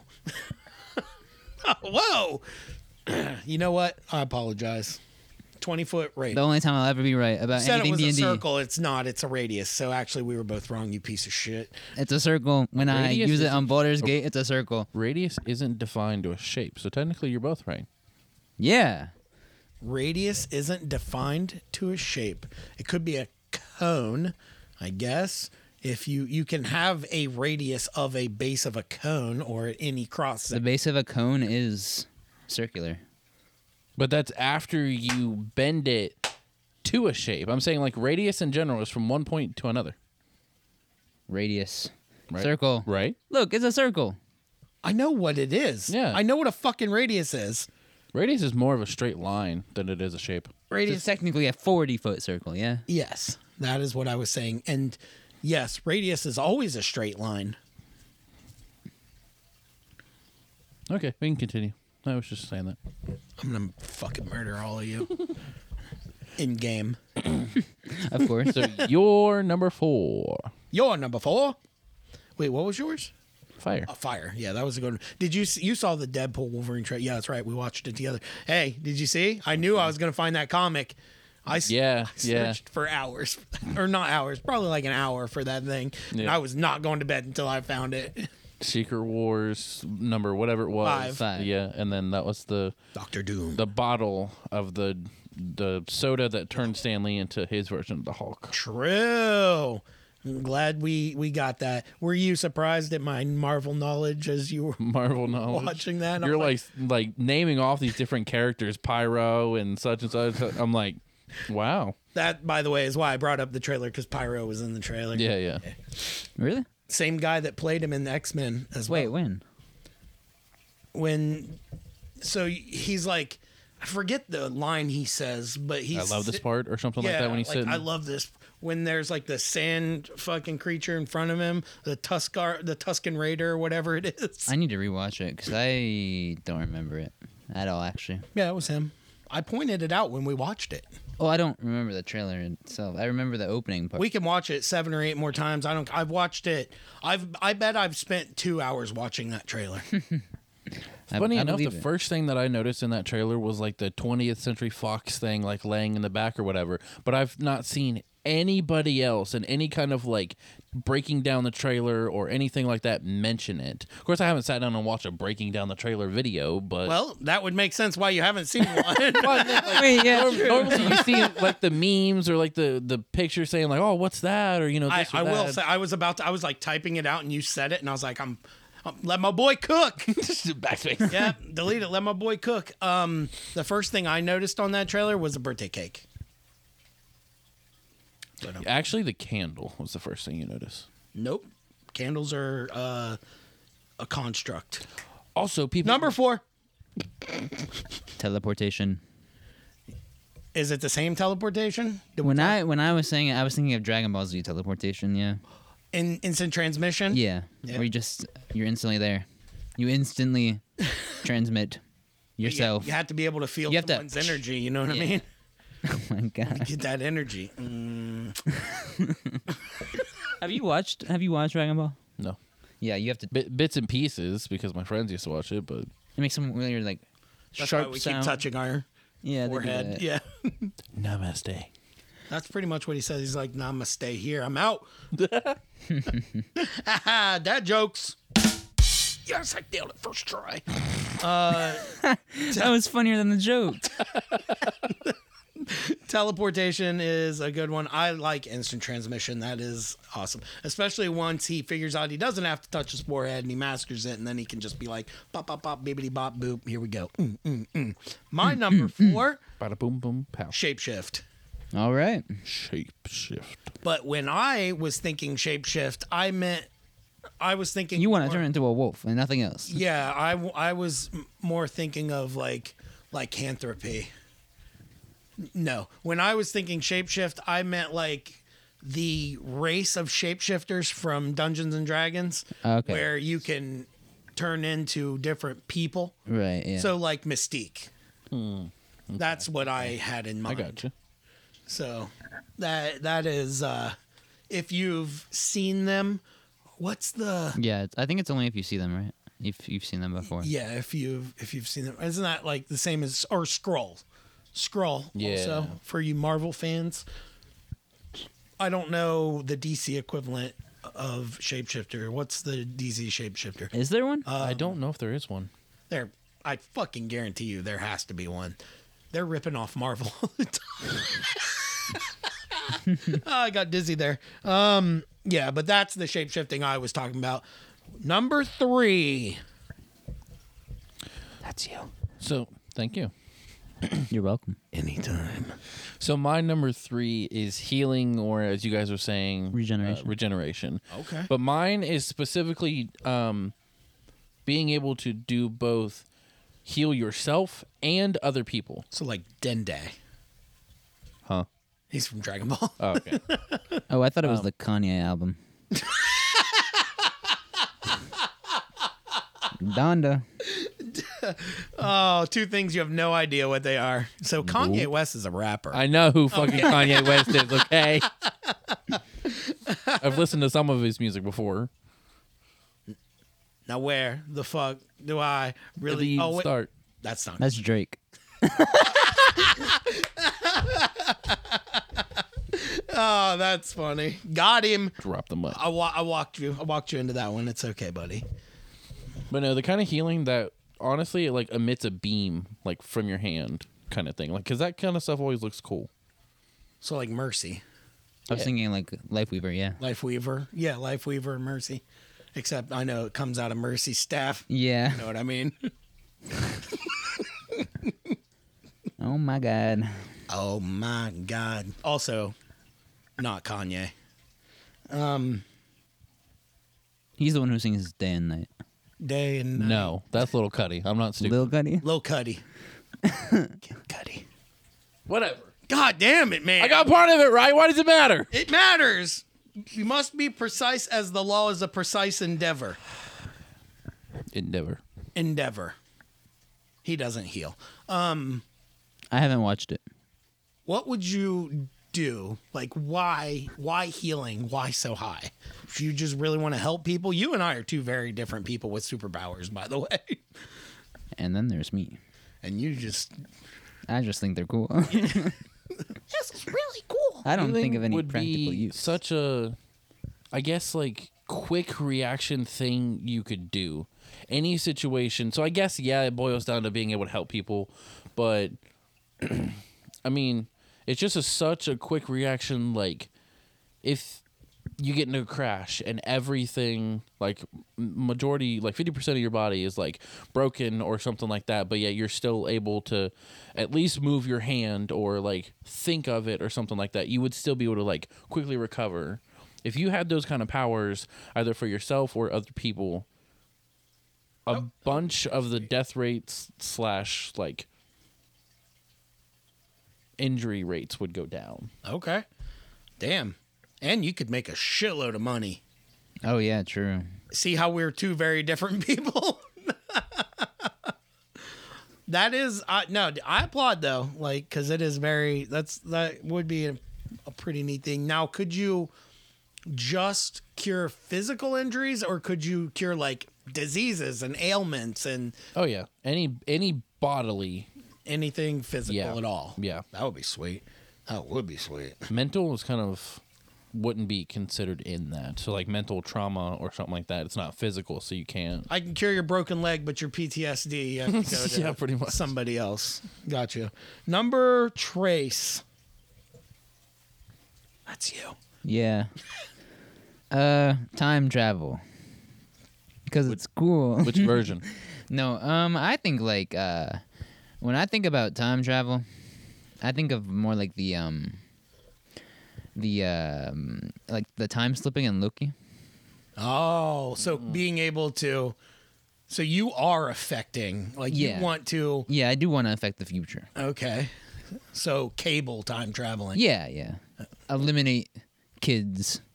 Speaker 3: [laughs] Whoa. [clears throat] you know what? I apologize. 20 foot radius.
Speaker 1: The only time I'll ever be right about
Speaker 3: said it
Speaker 1: anything
Speaker 3: was
Speaker 1: D
Speaker 3: a
Speaker 1: and D.
Speaker 3: circle. It's not. It's a radius. So actually, we were both wrong, you piece of shit.
Speaker 1: It's a circle. When I
Speaker 2: Radius
Speaker 1: use it
Speaker 2: is-
Speaker 1: on Baldur's Gate, it's a circle.
Speaker 2: Radius isn't defined to a shape, so technically you're both right.
Speaker 1: Yeah.
Speaker 3: Radius isn't defined to a shape. It could be a cone, I guess. If you you can have a radius of a base of a cone or any cross
Speaker 1: The
Speaker 3: section.
Speaker 1: base of a cone is circular.
Speaker 2: But that's after you bend it to a shape. I'm saying like radius in general is from one point to another.
Speaker 1: Radius.
Speaker 2: Right.
Speaker 1: Circle.
Speaker 2: Right?
Speaker 1: Look, it's a circle.
Speaker 3: I know what it is.
Speaker 2: Yeah.
Speaker 3: I know what a fucking radius is.
Speaker 2: Radius is more of a straight line than it is a shape.
Speaker 1: Radius. It's technically a 40 foot circle, yeah?
Speaker 3: Yes, that is what I was saying. And yes, radius is always a straight line.
Speaker 2: Okay, we can continue. I was just saying that.
Speaker 3: I'm gonna fucking murder all
Speaker 1: [laughs]
Speaker 3: of you. In game. [laughs]
Speaker 1: Of course.
Speaker 2: So [laughs] you're number four.
Speaker 3: Your number four. Wait, what was yours?
Speaker 2: Fire.
Speaker 3: A fire. Yeah, that was a good one. Did you you saw the Deadpool Wolverine trade? Yeah, that's right. We watched it together. Hey, did you see? I knew I was gonna find that comic. I s-
Speaker 2: Yeah,
Speaker 3: I
Speaker 2: yeah.
Speaker 3: searched for hours, [laughs] or not hours, probably like an hour for that thing. And
Speaker 2: Yeah.
Speaker 3: I was not going to bed until I found it. [laughs]
Speaker 2: Secret Wars number whatever it was.
Speaker 3: Five.
Speaker 1: Five.
Speaker 2: Yeah, and then that was the
Speaker 3: Doctor Doom.
Speaker 2: the bottle of the the soda that turned Stanley into his version of the Hulk. [laughs]
Speaker 3: True. I'm glad we we got that. Were you surprised at my Marvel knowledge as you were?
Speaker 2: Marvel knowledge.
Speaker 3: Watching that, I'm
Speaker 2: you're
Speaker 3: like-
Speaker 2: like, like naming off these different characters, Pyro and such and such. I'm like, wow.
Speaker 3: That, by the way, is why I brought up the trailer because Pyro was in the trailer.
Speaker 2: Yeah, yeah.
Speaker 1: really?
Speaker 3: Same guy that played him in the X Men as well.
Speaker 1: Wait, when?
Speaker 3: when so he's like I forget the line he says, but
Speaker 2: I
Speaker 3: he's
Speaker 2: love this part or something like that when he's
Speaker 3: like,
Speaker 2: sitting.
Speaker 3: I love this when there's like the sand fucking creature in front of him, the Tuskar, the Tuscan Raider, or whatever it is.
Speaker 1: I need to rewatch it because I don't remember it at all, actually.
Speaker 3: yeah, it was him. I pointed it out when we watched it.
Speaker 1: Oh, I don't remember the trailer itself. I remember the opening part.
Speaker 3: We can watch it seven or eight more times. I don't. I've watched it. I've. I bet I've spent two hours watching that [laughs] trailer.
Speaker 1: I-
Speaker 2: Funny
Speaker 1: I
Speaker 2: enough, the
Speaker 1: believe it.
Speaker 2: first thing that I noticed in that trailer was like the 20th Century Fox thing, like laying in the back or whatever. But I've not seen anybody else in any kind of like breaking down the trailer or anything like that mention it. Of course, I haven't sat down and watched a breaking down the trailer video, but
Speaker 3: well, that would make sense why you haven't seen [laughs] one.
Speaker 1: Wait, yeah,
Speaker 3: [laughs]
Speaker 2: Norm-
Speaker 1: true.
Speaker 2: normally you see like the memes or like the the picture saying like oh what's that or you know
Speaker 3: I,
Speaker 2: this or
Speaker 3: I will
Speaker 2: that.
Speaker 3: say [laughs] I was about to I was like typing it out and you said it and I was like I'm, i let my boy cook.
Speaker 2: backspace
Speaker 3: yeah, delete it. Let my boy cook. Um, the first thing I noticed on that trailer was a birthday cake. But, um,
Speaker 2: actually the candle was the first thing you notice
Speaker 3: Nope, candles are uh, a construct.
Speaker 2: also people
Speaker 3: Number four
Speaker 1: teleportation.
Speaker 3: is it the same teleportation? Did we
Speaker 1: When
Speaker 3: talk-
Speaker 1: I when I was saying it, I was thinking of Dragon Ball Z teleportation. Yeah,
Speaker 3: in instant transmission?
Speaker 1: yeah.
Speaker 3: Yeah.
Speaker 1: Where you just you're instantly there. You
Speaker 3: [laughs]
Speaker 1: instantly transmit
Speaker 3: You-
Speaker 1: yourself.
Speaker 3: You have to be able to feel
Speaker 1: You have to-
Speaker 3: someone's energy. You know what I mean? [laughs]
Speaker 1: Oh [laughs] my god.
Speaker 3: Get that energy. Mm.
Speaker 1: Have you watched Have you watched Dragon Ball?
Speaker 2: no
Speaker 1: Yeah, you have to.
Speaker 2: Bit, bits and pieces because my friends used to watch it but
Speaker 1: It makes some really like
Speaker 3: That's
Speaker 1: sharp
Speaker 3: why we
Speaker 1: sound.
Speaker 3: keep touching our
Speaker 1: yeah, they do
Speaker 3: forehead.
Speaker 1: that.
Speaker 3: Yeah. [laughs]
Speaker 2: namaste
Speaker 3: That's pretty much what he says. He's like, nah, I'm gonna stay here.
Speaker 1: [laughs]
Speaker 3: I'm out. [laughs] Dad jokes. Yes, I nailed it first try.
Speaker 1: That was funnier than the joke.
Speaker 3: Teleportation is a good one. I like instant transmission. That is awesome. Especially once he figures out he doesn't have to touch his forehead and he masters it, and then he can just be like, pop, pop, pop, bibbity bop, boop. Here we go. Mm, mm, mm. My number four,
Speaker 2: bada boom boom pow
Speaker 3: shapeshift.
Speaker 1: [laughs] All right.
Speaker 2: shape shift
Speaker 3: But when I was thinking shapeshift, I meant, I was thinking.
Speaker 1: You want to
Speaker 3: more-
Speaker 1: turn into a wolf and nothing else.
Speaker 3: Yeah, I, w- I was m- more thinking of like lycanthropy. No, when I was thinking shapeshift, I meant like the race of shapeshifters from Dungeons and Dragons,
Speaker 1: Okay.
Speaker 3: where you can turn into different people.
Speaker 1: Right. Yeah. Hmm.
Speaker 3: So like Mystique. That's what I had in
Speaker 2: I
Speaker 3: mind.
Speaker 2: got you
Speaker 3: So that that is uh if you've seen them. What's the
Speaker 1: Yeah, it's, I think it's only if you see them, right? If you've seen them before.
Speaker 3: Yeah, if you've if you've seen them, isn't that like the same as or scroll, scroll?
Speaker 2: Yeah.
Speaker 3: Also for you Marvel fans, I don't know the DC equivalent of shapeshifter. What's the DC shapeshifter?
Speaker 1: Is there one?
Speaker 3: Uh, Um,
Speaker 2: I don't know if there is one.
Speaker 3: There, I fucking guarantee you, there has to be one. They're ripping off Marvel. all the time. [laughs] oh, I got dizzy there. Um, yeah, but that's the shapeshifting I was talking about. Number three.
Speaker 1: That's you.
Speaker 2: So thank you.
Speaker 1: You're welcome.
Speaker 3: Anytime.
Speaker 2: So my number three is healing, or as you guys were saying,
Speaker 1: Regeneration.
Speaker 2: uh, regeneration.
Speaker 3: Okay.
Speaker 2: But mine is specifically um, being able to do both heal yourself and other people.
Speaker 3: So like Dende.
Speaker 2: Huh.
Speaker 3: He's from Dragon Ball.
Speaker 2: Oh, okay. [laughs]
Speaker 1: Oh, I thought it was the Kanye album. Donda.
Speaker 3: [laughs] Oh, two things you have no idea what they are. So Kanye West is a rapper.
Speaker 2: I know who fucking Kanye West
Speaker 3: [laughs]
Speaker 2: is. Okay. I've listened to some of his music before.
Speaker 3: now where the fuck do I
Speaker 2: Where do
Speaker 3: really?
Speaker 2: you
Speaker 3: Oh, wait,
Speaker 2: start?
Speaker 3: that's not.
Speaker 1: That's Drake.
Speaker 3: oh, that's funny. Got him.
Speaker 2: Drop the mic.
Speaker 3: I, wa- I walked you. I walked you into that one. It's okay, buddy.
Speaker 2: But no, the kind of healing that honestly it like emits a beam like from your hand kind of thing. Like cuz that kind of stuff always looks cool.
Speaker 3: So like Mercy,
Speaker 1: I was thinking like Lifeweaver, yeah.
Speaker 3: Life Weaver. Yeah, Life Weaver and Mercy. Except I know it comes out of Mercy staff. You
Speaker 1: Yeah.
Speaker 3: know what I mean? [laughs]
Speaker 1: Oh my god.
Speaker 3: Oh my god. Also, not Kanye.
Speaker 1: He's the one who sings day and night.
Speaker 3: Day and night.
Speaker 2: No, that's little Cuddy. I'm not stupid.
Speaker 1: Lil Cuddy.
Speaker 2: [laughs]
Speaker 3: Lil Cuddy. Cuddy.
Speaker 2: Whatever.
Speaker 3: God damn it, man.
Speaker 2: I got part of it right. Why does it matter?
Speaker 3: It matters. You must be precise as the law is a precise endeavor.
Speaker 2: Endeavor.
Speaker 3: Endeavor. He doesn't heal.
Speaker 1: I haven't watched it.
Speaker 3: What would you do? Like why why healing? Why so high? If you just really want to help people, you and I are two very different people with superpowers, by the [laughs] way.
Speaker 1: And then there's me.
Speaker 3: And you just
Speaker 1: I just think they're cool.
Speaker 3: This is really cool.
Speaker 1: I don't think
Speaker 2: Healing
Speaker 1: of any
Speaker 2: would
Speaker 1: practical
Speaker 2: be
Speaker 1: use.
Speaker 2: Such a, I guess like quick reaction thing you could do, any situation. So I guess yeah, it boils down to being able to help people, but [clears throat] I mean, it's just a, such a quick reaction. Like if you get into a crash and everything like m- majority like 50% of your body is like broken or something like that but yet you're still able to at least move your hand or like think of it or something like that you would still be able to like quickly recover if you had those kind of powers either for yourself or other people a bunch of the death rates slash like injury rates would go down
Speaker 3: Okay. Damn. And you could make a shitload of money.
Speaker 1: Oh yeah, true.
Speaker 3: see how we're two very different [laughs] people. that is, I no, I applaud though, like because it is very. That's that would be a, a pretty neat thing. Now, could you just cure physical injuries, or could you cure like diseases and ailments and
Speaker 2: oh yeah any any bodily
Speaker 3: anything physical
Speaker 2: Yeah.
Speaker 3: at all?
Speaker 2: Yeah.
Speaker 3: that would be sweet. That would be sweet.
Speaker 2: mental is kind of wouldn't be considered in that. So like mental trauma or something like that. It's not physical, so you can't.
Speaker 3: I can cure your broken leg, but your PTSD, you have to go to
Speaker 2: Yeah, pretty much.
Speaker 3: somebody else. Gotcha. Number trace. That's you.
Speaker 1: Yeah. Uh, time travel. Because it's cool.
Speaker 2: Which version?
Speaker 1: No, um, I think like uh, when I think about time travel, I think of more like the um, the um, like the time slipping in Loki.
Speaker 3: Oh, so being able to, so you are affecting, like
Speaker 1: Yeah.
Speaker 3: you want to.
Speaker 1: Yeah, I do want to affect the future.
Speaker 3: Okay. So cable time traveling.
Speaker 1: Yeah, yeah. Eliminate kids. [laughs]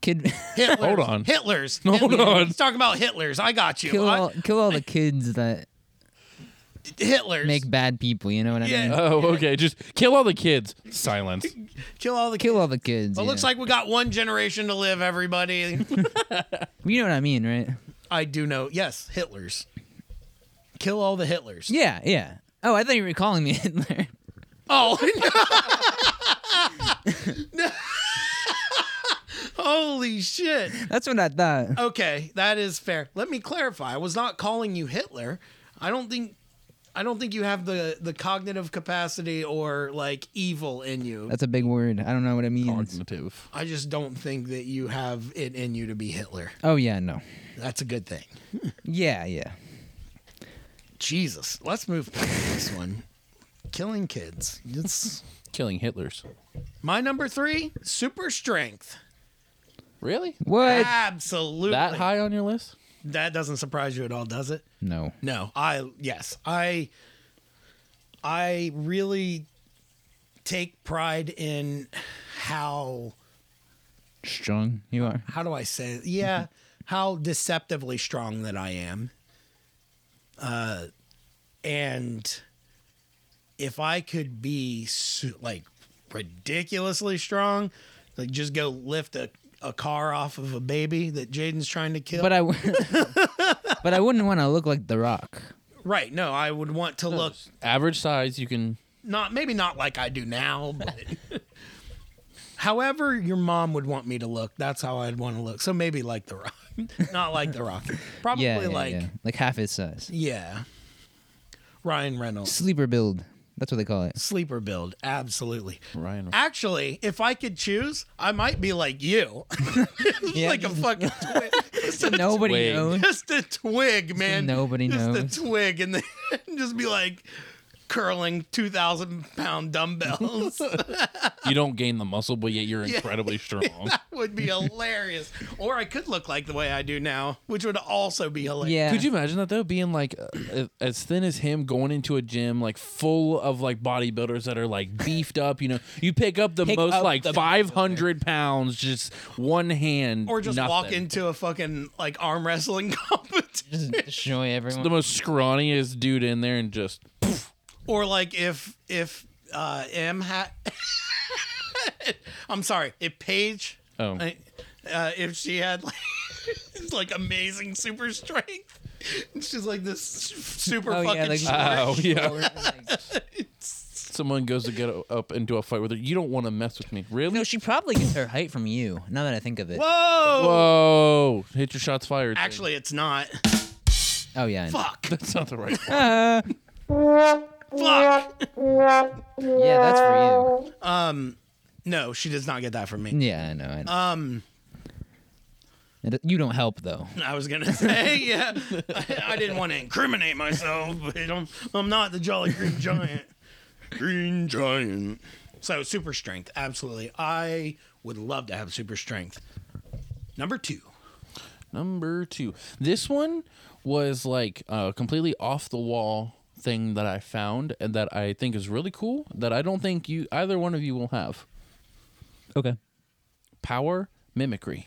Speaker 1: Kid,
Speaker 3: Hitler's,
Speaker 2: Hold on.
Speaker 3: Hitler's.
Speaker 2: [laughs] Hold
Speaker 3: Hitler's.
Speaker 2: on.
Speaker 3: Let's talk about Hitler's. I got you.
Speaker 1: kill
Speaker 3: I-
Speaker 1: all, kill all the kids that
Speaker 3: Hitler's.
Speaker 1: Make bad people. You know what I
Speaker 3: Yeah.
Speaker 1: mean?
Speaker 2: Oh, okay. Just kill all the kids. Silence.
Speaker 3: kill all the kids.
Speaker 1: Kill all the kids.
Speaker 3: Well,
Speaker 1: yeah.
Speaker 3: looks like we got one generation to live, everybody.
Speaker 1: you know what I mean, right?
Speaker 3: I do know. Yes, Hitler's. Kill all the Hitlers.
Speaker 1: Yeah, yeah. Oh, I thought you were calling me [laughs] Hitler.
Speaker 3: Oh. [laughs] Holy shit.
Speaker 1: That's what I thought.
Speaker 3: Okay, that is fair. Let me clarify. I was not calling you Hitler. I don't think I don't think you have the the cognitive capacity or like evil in you.
Speaker 1: That's a big word. I don't know what it means.
Speaker 2: Cognitive.
Speaker 3: I just don't think that you have it in you to be Hitler.
Speaker 1: Oh yeah, no.
Speaker 3: That's a good thing.
Speaker 1: Yeah, yeah.
Speaker 3: Jesus. Let's move past this one. Killing kids. It's
Speaker 2: Killing Hitlers.
Speaker 3: my number 3, super strength.
Speaker 2: Really?
Speaker 1: What?
Speaker 3: Ah. Absolutely.
Speaker 2: That high on your list?
Speaker 3: That doesn't surprise you at all, does it?
Speaker 1: No.
Speaker 3: No, I yes, I I really take pride in how
Speaker 1: Strong you are.
Speaker 3: how do I say
Speaker 1: Mm-hmm.
Speaker 3: it? yeah how deceptively strong that I am. Uh, and if I could be su- like ridiculously strong, like just go lift a, a car off of a baby that Jaden's trying to kill.
Speaker 1: But I. w- [laughs] but I wouldn't want to look like The Rock.
Speaker 3: right? No, I would want to look
Speaker 2: Average size, you can.
Speaker 3: not maybe not like I do now, but
Speaker 1: [laughs]
Speaker 3: however your mom would want me to look, that's how I'd want to look. So maybe like the rock, [laughs] not like the rock, probably
Speaker 1: Yeah, yeah,
Speaker 3: like yeah.
Speaker 1: yeah. Like half his size.
Speaker 3: Ryan Reynolds
Speaker 1: Sleeper build. That's what they call it.
Speaker 3: sleeper build, absolutely.
Speaker 2: Ryan.
Speaker 3: Actually, if I could choose, I might be like you, [laughs]
Speaker 1: Yeah,
Speaker 3: like a
Speaker 1: just-
Speaker 3: fucking twig, just
Speaker 1: [laughs]
Speaker 3: a,
Speaker 1: Nobody
Speaker 2: Wig.
Speaker 1: knows.
Speaker 3: just a twig, man.
Speaker 1: nobody
Speaker 3: just
Speaker 1: knows.
Speaker 3: a twig, and then [laughs] just be like curling two thousand pound dumbbells.
Speaker 2: You don't gain the muscle, but yet you're incredibly strong.
Speaker 3: would be hilarious. Or I could look like the way I do now, which would also be hilarious.
Speaker 1: Yeah.
Speaker 2: Could you imagine that though? Being like uh, as thin as him, going into a gym like full of like bodybuilders that are like beefed up. You know, you pick up the
Speaker 1: Pick
Speaker 2: most
Speaker 1: up
Speaker 2: like
Speaker 1: the-
Speaker 2: five hundred pounds, just one hand,
Speaker 3: Or just
Speaker 2: nothing.
Speaker 3: walk into a fucking like arm wrestling [laughs] competition.
Speaker 1: [laughs] Just destroy everyone.
Speaker 2: the most scrawniest dude in there and just
Speaker 3: Or like if if uh M had [laughs] I'm sorry, if Paige
Speaker 2: oh
Speaker 3: I- uh, if she had like [laughs] like amazing super strength. She's like this super
Speaker 1: Oh,
Speaker 3: fucking
Speaker 1: yeah, like,
Speaker 3: short. [laughs]
Speaker 2: oh yeah.
Speaker 1: Like,
Speaker 2: Someone goes to get a- up into a fight with her. You don't want to mess with me,
Speaker 1: [laughs]
Speaker 2: really?
Speaker 1: no, she probably gets her height from you. Now that I think of it.
Speaker 3: Whoa!
Speaker 2: Whoa! Hit your shots fired. dude.
Speaker 3: Actually, it's not.
Speaker 1: Oh yeah. I know.
Speaker 3: Fuck.
Speaker 2: that's not the right. one.
Speaker 1: Uh,
Speaker 3: Fuck.
Speaker 1: yeah, that's for
Speaker 3: No, she does not get that from me.
Speaker 1: you. Yeah, I know. I know.
Speaker 3: Um,
Speaker 1: It- you don't help though.
Speaker 3: [laughs] I was gonna say, yeah, I, I didn't want to incriminate myself, but I'm I'm not the Jolly Green Giant. Green Giant. So super strength, absolutely. I would love to have super strength. Number two.
Speaker 2: Number two. This one was like a completely off the wall thing that I found and that I think is really cool that I don't think you either one of you will have.
Speaker 1: Okay.
Speaker 2: Power mimicry.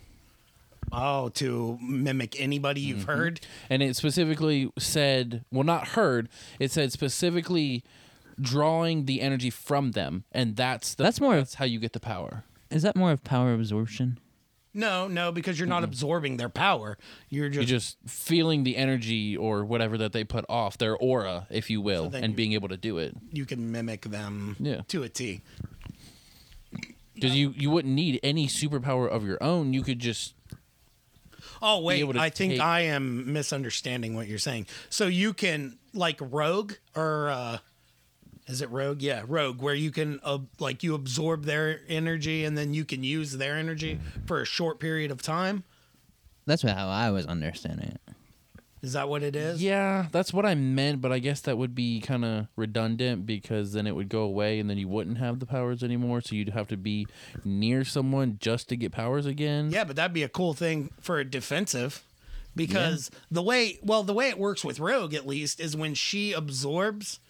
Speaker 3: Oh, to mimic anybody you've heard.
Speaker 2: And it specifically said, well, not heard, it said specifically drawing the energy from them. And that's the,
Speaker 1: That's more of
Speaker 2: that's how you get the power.
Speaker 1: Is that more of power absorption?
Speaker 3: No, no, because you're not absorbing their power. You're just,
Speaker 2: You're just feeling the energy or whatever that they put off, their aura, if you will,
Speaker 3: then
Speaker 2: and
Speaker 3: you-
Speaker 2: being able to do it.
Speaker 3: you can mimic them
Speaker 2: Yeah.
Speaker 3: to a T.
Speaker 2: Because you, you wouldn't need any superpower of your own. You could just
Speaker 3: Oh wait,
Speaker 2: able to
Speaker 3: I think
Speaker 2: take-
Speaker 3: I am misunderstanding what you're saying. So you can like rogue or uh is it rogue? Yeah, rogue where you can uh, like you absorb their energy and then you can use their energy
Speaker 2: Mm-hmm.
Speaker 3: for a short period of time.
Speaker 1: That's what- how I was understanding it.
Speaker 3: Is that what it is?
Speaker 2: Yeah, that's what I meant, but I guess that would be kind of redundant because then it would go away and then you wouldn't have the powers anymore. So you'd have to be near someone just to get powers again.
Speaker 3: Yeah, but that'd be a cool thing for a defensive because the way well the way it works with rogue at least is when she absorbs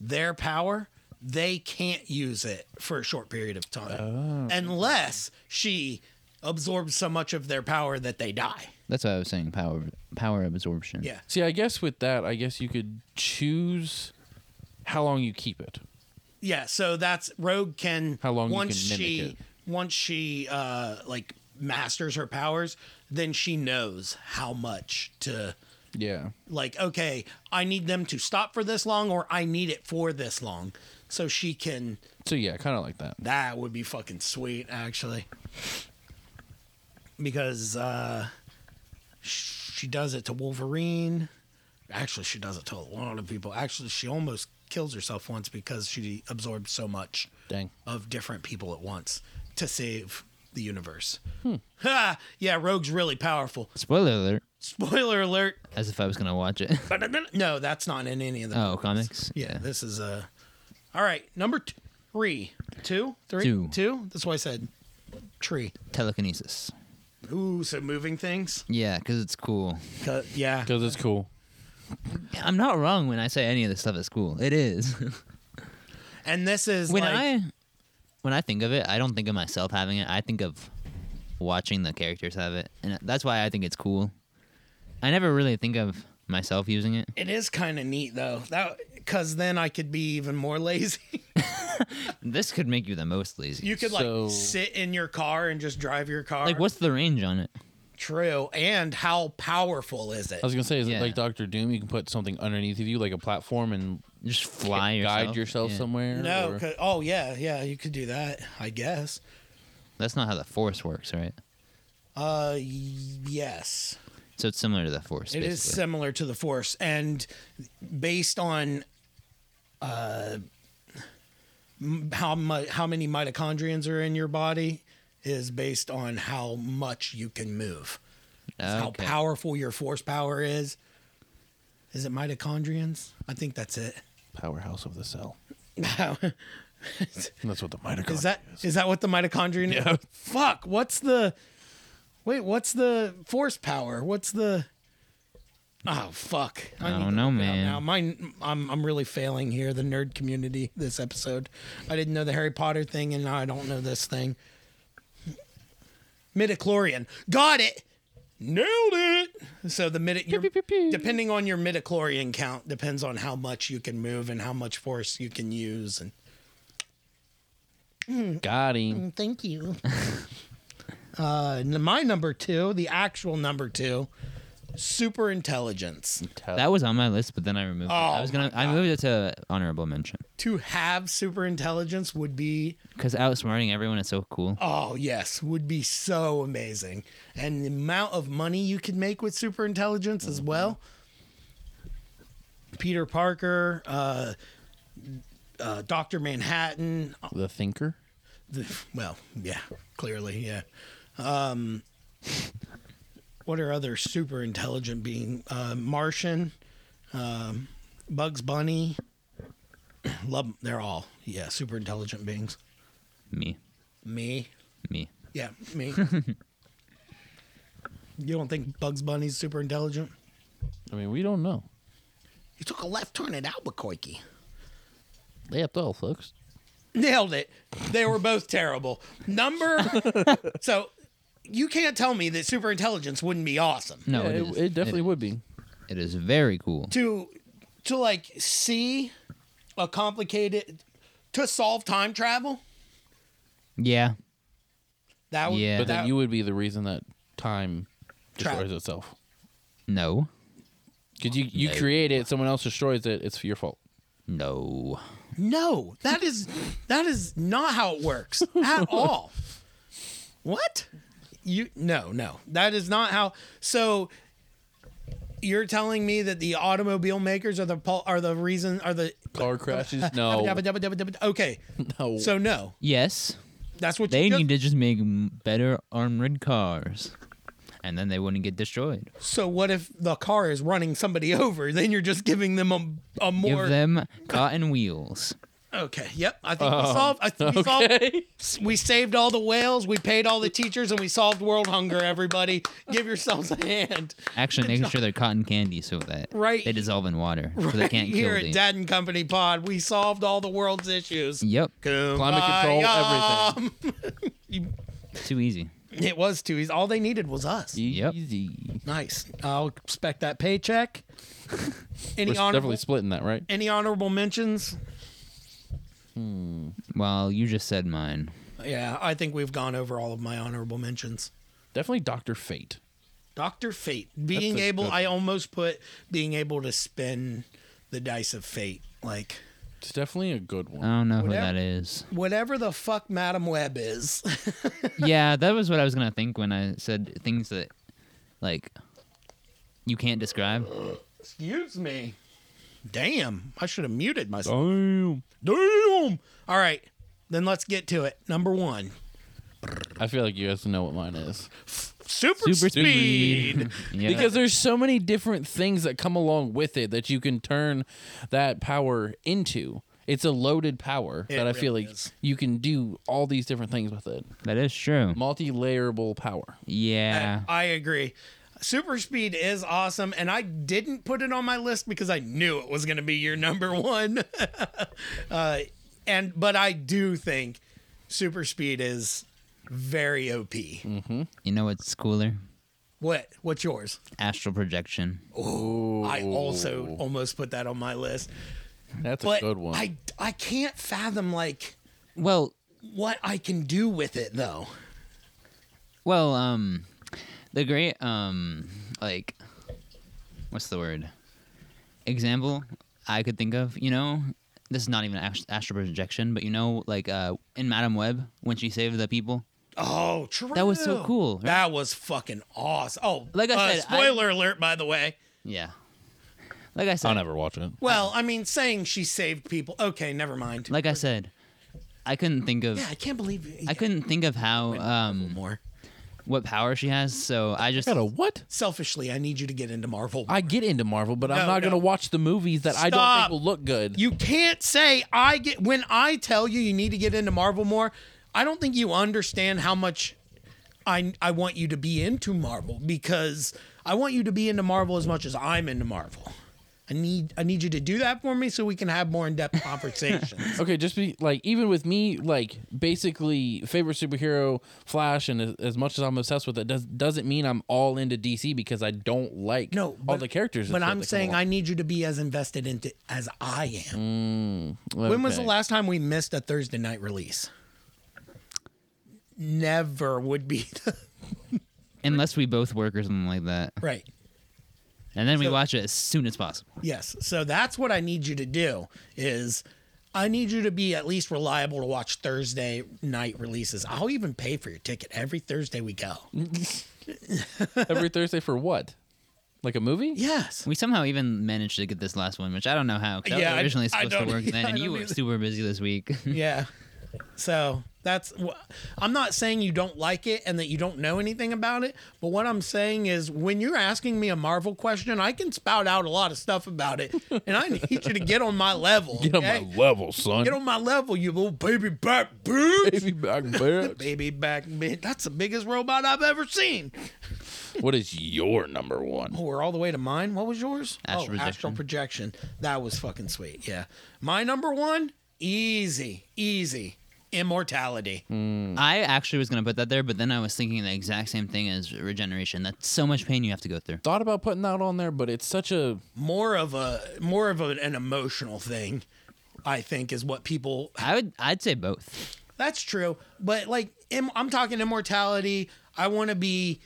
Speaker 3: their power, they can't use it for a short period of
Speaker 2: Oh.
Speaker 3: time unless she absorbs so much of their power that they die.
Speaker 1: That's what I was saying. Power, power absorption.
Speaker 3: Yeah.
Speaker 2: See, I guess with that, I guess you could choose how long you keep it.
Speaker 3: Yeah, so that's Rogue can
Speaker 2: How long you
Speaker 3: once
Speaker 2: can mimic
Speaker 3: she
Speaker 2: it.
Speaker 3: once she uh like masters her powers, then she knows how much to
Speaker 2: Yeah.
Speaker 3: like okay, I need them to stop for this long or I need it for this long. So she can
Speaker 2: So yeah, kind of like that.
Speaker 3: that would be fucking sweet actually. Because uh sh- she does it to Wolverine. Actually, she does it to a lot of people. Actually, she almost kills herself once because she absorbed so much
Speaker 2: Dang.
Speaker 3: of different people at once to save the universe. Ha! Yeah, Rogue's really powerful.
Speaker 1: Spoiler alert.
Speaker 3: Spoiler alert. [laughs]
Speaker 1: As if I was gonna watch it. [laughs]
Speaker 3: No, that's not in any of the.
Speaker 1: oh, comics.
Speaker 3: Yeah, this is Uh... All right, number t- three. Two? Three?
Speaker 1: Two.
Speaker 3: That's why I said tree.
Speaker 1: Telekinesis.
Speaker 3: Ooh, so moving things?
Speaker 1: Yeah, because it's cool.
Speaker 3: 'Cause- Uh, Yeah.
Speaker 2: Because it's cool.
Speaker 1: I'm not wrong when I say any of this stuff is cool. It is. [laughs]
Speaker 3: And this is.
Speaker 1: when
Speaker 3: like,
Speaker 1: I when I think of it, I don't think of myself having it. I think of watching the characters have it, and that's why I think it's cool. I never really think of myself using it.
Speaker 3: It is kind of neat, though. that Because then I could be even more [laughs] lazy.
Speaker 1: This could make you the most lazy.
Speaker 3: you could,
Speaker 2: So-
Speaker 3: like, sit in your car and just drive your car.
Speaker 1: like, what's the range on it?
Speaker 3: True. And how powerful is it?
Speaker 2: I was gonna say, is
Speaker 1: Yeah.
Speaker 2: it like Doctor Doom? You can put something underneath of you, like a platform, and
Speaker 1: Just fly yourself.
Speaker 2: guide yourself
Speaker 1: Yeah.
Speaker 2: somewhere.
Speaker 3: No,
Speaker 2: or-
Speaker 3: 'cause- oh yeah, yeah, you could do that, I guess.
Speaker 1: That's not how the force works, right?
Speaker 3: Uh, y- yes,
Speaker 1: So it's similar to the force.
Speaker 3: it
Speaker 1: basically.
Speaker 3: is similar to the Force, and based on uh m- how much how many mitochondrions are in your body is based on how much you can move, how
Speaker 1: Okay.
Speaker 3: powerful your Force power is. Is it mitochondrions? I think that's it.
Speaker 2: powerhouse of the cell.
Speaker 3: [laughs]
Speaker 1: [laughs]
Speaker 2: And that's what the mitochondria
Speaker 3: Is that is that what the mitochondrion?
Speaker 2: Yeah.
Speaker 3: Fuck. What's the? Wait. What's the force power? What's the? Oh fuck.
Speaker 1: I
Speaker 3: need
Speaker 1: don't
Speaker 3: to
Speaker 1: know,
Speaker 3: look it up
Speaker 1: man.
Speaker 3: Now mine. I'm I'm really failing here. The nerd community. This episode. I didn't know the Harry Potter thing, and now I don't know this thing. Midichlorian. Got it. Nailed it. So the midi, your, depending on your midichlorian count, depends on how much you can move and how much force you can use, and
Speaker 2: Got him.
Speaker 3: Thank you. [laughs] uh, n- my number two, the actual number two, super intelligence.
Speaker 1: That was on my list, but then I removed. it.
Speaker 3: Oh
Speaker 1: I was gonna. I moved it to honorable mention
Speaker 3: To have super intelligence would be,
Speaker 1: because outsmarting everyone is so cool.
Speaker 3: oh yes, would be so amazing. And the amount of money you could make with super intelligence as well. Peter Parker, uh, uh, Doctor Manhattan,
Speaker 2: the thinker.
Speaker 3: The- [laughs] well, yeah, clearly, yeah. Um, what are other super intelligent being? Uh, Martian, um, Bugs Bunny. [clears throat] Love 'em. They're all yeah, super intelligent beings.
Speaker 1: Me,
Speaker 3: Me,
Speaker 1: me.
Speaker 3: yeah, [laughs] me. you don't think Bugs Bunny's super intelligent?
Speaker 2: I mean, we don't know.
Speaker 3: He took a left turn at Albuquerque.
Speaker 2: They have to all, folks.
Speaker 3: Nailed it. They were both terrible. [laughs] Number so you can't tell me that super intelligence wouldn't be awesome.
Speaker 1: No,
Speaker 2: Yeah,
Speaker 1: it
Speaker 2: it,
Speaker 1: is.
Speaker 2: it definitely would be.
Speaker 1: It is very cool.
Speaker 3: to to like see a complicated to solve time travel
Speaker 1: Yeah,
Speaker 3: that would
Speaker 1: Yeah.
Speaker 2: But
Speaker 3: that,
Speaker 2: then you would be the reason that time
Speaker 3: Trap.
Speaker 2: destroys itself.
Speaker 1: No.
Speaker 2: Because you, you
Speaker 1: No.
Speaker 2: create it, someone else destroys it, it's your fault.
Speaker 1: No.
Speaker 3: no that is that is not how
Speaker 1: [laughs]
Speaker 3: it works at all what you no no that is not how so you're telling me that the automobile makers are the pul- are the reason are the
Speaker 2: Car [laughs] crashes? No.
Speaker 3: [laughs]
Speaker 2: Oh,
Speaker 3: okay
Speaker 2: no.
Speaker 3: so no
Speaker 1: Yes,
Speaker 3: that's what
Speaker 1: they
Speaker 3: you
Speaker 1: need to just make m- better armored cars, and then they wouldn't get destroyed.
Speaker 3: so what if the car is running somebody [laughs] over then you're just giving them a, a more
Speaker 1: Give them cotton wheels.
Speaker 3: Okay. Yep. I think we solved. I think we solved. [laughs] We saved all the whales. We paid all the teachers, and we solved world hunger. Everybody, give yourselves a hand.
Speaker 1: Actually, making sure they're cotton candy so that
Speaker 3: Right.
Speaker 1: they dissolve in water, so they
Speaker 3: [laughs]
Speaker 1: can't
Speaker 3: Here
Speaker 1: kill
Speaker 3: at
Speaker 1: the.
Speaker 3: Dad and Company Pod, we solved all the world's issues.
Speaker 1: yep,
Speaker 3: Kumbaya. um,
Speaker 2: Climate control, everything.
Speaker 1: too easy.
Speaker 3: It was two. He's all they needed was us.
Speaker 1: Yep.
Speaker 2: Easy.
Speaker 3: Nice. I'll expect
Speaker 1: [laughs]
Speaker 3: that paycheck. any
Speaker 2: We're
Speaker 3: honorable
Speaker 2: definitely splitting that, right?
Speaker 3: any honorable mentions?
Speaker 1: Well, you just said mine.
Speaker 3: Yeah, I think we've gone over all of my honorable mentions.
Speaker 2: Definitely Doctor Fate.
Speaker 3: Doctor Fate. Being
Speaker 2: a
Speaker 3: able
Speaker 2: good
Speaker 3: I almost put being able to spin the dice of fate. Like
Speaker 2: It's definitely a good one.
Speaker 1: I don't know
Speaker 3: Whatever.
Speaker 1: who that is.
Speaker 3: whatever the fuck Madam Web is. [laughs]
Speaker 1: yeah, that was what I was gonna think when I said things that, like, you can't describe.
Speaker 3: Excuse me. Damn. I should have muted
Speaker 2: Oh.
Speaker 3: myself.
Speaker 2: Damn.
Speaker 3: Damn. All right. Then let's get to it. Number one.
Speaker 2: I feel like you guys know what mine is.
Speaker 3: Super,
Speaker 1: Super speed.
Speaker 3: speed.
Speaker 1: Yeah.
Speaker 2: Because there's so many different things that come along with it that you can turn that power into. It's a loaded power
Speaker 3: It
Speaker 2: that I feel
Speaker 3: really
Speaker 2: like
Speaker 3: is.
Speaker 2: you can do all these different things with it.
Speaker 1: that is true.
Speaker 2: Multi-layerable power.
Speaker 1: Yeah.
Speaker 3: I agree. Super speed is awesome, and I didn't put it on my list because I knew it was going to be your [laughs] number one. uh, and but I do think super speed is very OP.
Speaker 1: Mm. You know what's cooler?
Speaker 3: What? What's yours?
Speaker 1: Astral projection.
Speaker 3: I also almost put that on my list,
Speaker 2: That's
Speaker 3: but
Speaker 2: a good one.
Speaker 3: I I can't fathom like
Speaker 1: Well,
Speaker 3: what I can do with it though.
Speaker 1: well, um, the great, um, like, what's the word? Example I could think of. You know, this is not even ast- astral projection, but you know, like, uh, in Madam Web when she saved the people.
Speaker 3: Oh, true.
Speaker 1: That was so cool, right?
Speaker 3: That was fucking awesome. Oh,
Speaker 1: Like I
Speaker 3: uh,
Speaker 1: said, I-
Speaker 3: spoiler alert, by the way.
Speaker 1: Yeah. Like I said,
Speaker 2: I'll never watch it.
Speaker 3: Well, I mean, saying she saved people. Okay, never mind.
Speaker 1: like I said, I couldn't think of.
Speaker 3: yeah, I can't believe you.
Speaker 1: I couldn't think of how um
Speaker 3: more.
Speaker 1: what power she has, so I just
Speaker 2: I got a what?
Speaker 3: Selfishly, I need you to get into Marvel.
Speaker 2: I get into Marvel, but
Speaker 3: No,
Speaker 2: I'm not
Speaker 3: no.
Speaker 2: going to watch the movies that I don't think
Speaker 3: Stop.
Speaker 2: will look good.
Speaker 3: you can't say I get when I tell you you need to get into Marvel more. I don't think you understand how much I I want you to be into Marvel because I want you to be into Marvel as much as I'm into Marvel. I need I need you to do that for me so we can have more
Speaker 2: [laughs]
Speaker 3: in-depth conversations.
Speaker 2: Okay, just be like even with me, like basically favorite superhero Flash, and as, as much as I'm obsessed with it, does doesn't mean I'm all into DC because I don't like
Speaker 3: No,
Speaker 2: all
Speaker 3: but-
Speaker 2: the characters. and
Speaker 3: but
Speaker 2: shit
Speaker 3: I'm
Speaker 2: that come
Speaker 3: saying
Speaker 2: along.
Speaker 3: I need you to be as invested into as I am.
Speaker 2: Okay.
Speaker 3: When was the last time we missed a Thursday night release? Never would be [laughs] the,
Speaker 1: unless we both work or something like that,
Speaker 3: right.
Speaker 1: and then we
Speaker 3: So-
Speaker 1: watch it as soon as possible.
Speaker 3: Yes. So that's what I need you to do is I need you to be at least reliable to watch Thursday night releases. I'll even pay for your ticket every Thursday we go.
Speaker 2: every Thursday for what? Like a movie?
Speaker 3: Yes.
Speaker 1: We somehow even managed to get this last one, which I don't know how. 'cause I
Speaker 3: Yeah, I-
Speaker 1: was originally
Speaker 3: I
Speaker 1: supposed to
Speaker 3: don't-
Speaker 1: work
Speaker 3: [laughs] yeah,
Speaker 1: then,
Speaker 3: I
Speaker 1: and you
Speaker 3: don't
Speaker 1: were
Speaker 3: either.
Speaker 1: super busy this week. [laughs]
Speaker 3: Yeah. So that's wh- I'm not saying you don't like it and that you don't know anything about it, but what I'm saying is when you're asking me a Marvel question, I can spout out a lot of stuff about it, and I need you to get on my level.
Speaker 2: Get on
Speaker 3: okay?
Speaker 2: my level, son.
Speaker 3: Get on my level, you little baby back bitch.
Speaker 2: Baby [laughs] back bitch.
Speaker 3: Baby back bitch. That's the biggest robot I've ever seen.
Speaker 2: what is your number one?
Speaker 3: Oh, we're all the way to mine. What was yours?
Speaker 1: Astral
Speaker 3: oh,
Speaker 1: projection.
Speaker 3: astral projection. That was fucking sweet. Yeah. My number one, easy, easy. Immortality.
Speaker 1: I actually was gonna put that there, but then I was thinking the exact same thing as regeneration. That's so much pain you have to go through.
Speaker 2: Thought about putting that on there, but it's such a
Speaker 3: More of a more of a- an emotional thing, I think, is what people
Speaker 1: I would, I'd say both.
Speaker 3: That's true, but like im- I'm talking immortality. I want to be,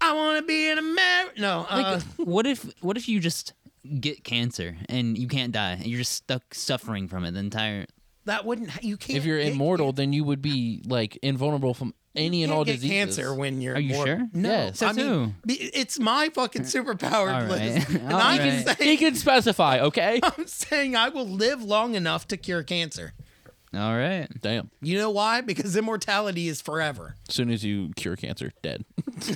Speaker 3: I want to be an American. No, uh,
Speaker 1: what if, what if you just get cancer and you can't die, and you're just stuck suffering from it the entire
Speaker 3: that wouldn't. ha- You can't.
Speaker 2: if you're
Speaker 3: get-
Speaker 2: immortal, then you would be like invulnerable from any and
Speaker 3: can't
Speaker 2: all
Speaker 3: get
Speaker 2: diseases.
Speaker 3: cancer when you're.
Speaker 1: Are you
Speaker 3: immortal.
Speaker 1: sure?
Speaker 3: No,
Speaker 2: Yes.
Speaker 1: So
Speaker 3: I mean,
Speaker 1: too.
Speaker 3: be- it's my fucking superpower
Speaker 1: All right.
Speaker 3: list, and
Speaker 1: All
Speaker 3: I
Speaker 1: right.
Speaker 3: can
Speaker 2: He
Speaker 3: say,
Speaker 2: can specify,
Speaker 3: [laughs]
Speaker 2: okay?
Speaker 3: I'm saying I will live long enough to cure cancer.
Speaker 1: All right.
Speaker 2: Damn.
Speaker 3: You know why? Because immortality is forever.
Speaker 2: soon as you cure cancer, dead.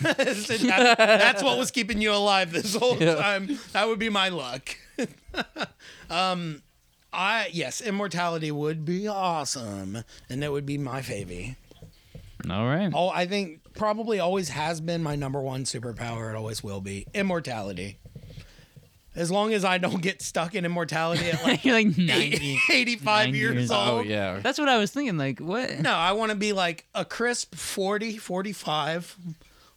Speaker 3: That- that's what was keeping you alive this whole time. That would be my luck. [laughs] um, I yes, immortality would be awesome, and that would be my favy.
Speaker 1: All right.
Speaker 3: Oh, I think probably always has been my number one superpower. It always will be immortality. As long as I don't get stuck in immortality
Speaker 2: [laughs]
Speaker 3: at
Speaker 1: [laughs]
Speaker 3: like
Speaker 1: You're like 90.
Speaker 3: 85
Speaker 1: 90
Speaker 3: years,
Speaker 1: years
Speaker 3: old.
Speaker 2: Oh yeah.
Speaker 1: That's what I was thinking. Like, what?
Speaker 3: No, I want to be like a crisp 40, 45,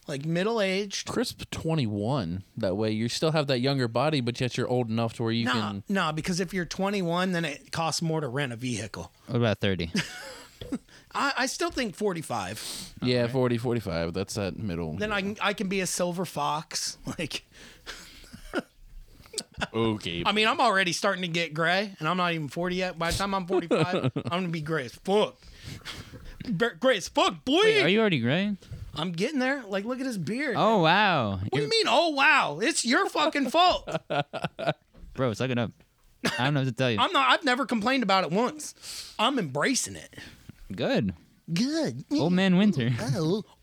Speaker 3: like middle aged.
Speaker 2: Crisp 21. That way you still have that younger body, but yet you're old enough to where you
Speaker 3: Nah,
Speaker 2: can.
Speaker 3: nah, because if you're 21, then it costs more to rent a vehicle.
Speaker 1: What about 30?
Speaker 3: I, I still think 45.
Speaker 2: Yeah, 40, 45. That's that middle.
Speaker 3: Then I can, I can be a silver fox. [laughs] Like,
Speaker 2: okay.
Speaker 3: I mean, I'm already starting to get gray, and I'm not even 40 yet. By the time
Speaker 1: [laughs]
Speaker 3: I'm 45, I'm gonna be gray as fuck. Be- Gray as fuck,
Speaker 1: [laughs]
Speaker 3: boy.
Speaker 1: Are you already gray?
Speaker 3: I'm getting there. Like, look at his beard.
Speaker 1: Oh, wow.
Speaker 3: What do you mean? Oh wow, it's your fucking fault.
Speaker 1: Bro, suck it up. I don't know what to tell you.
Speaker 3: I'm not. I've never complained about it once. I'm embracing it.
Speaker 1: Good.
Speaker 3: Good.
Speaker 1: Old man
Speaker 3: [laughs]
Speaker 1: winter.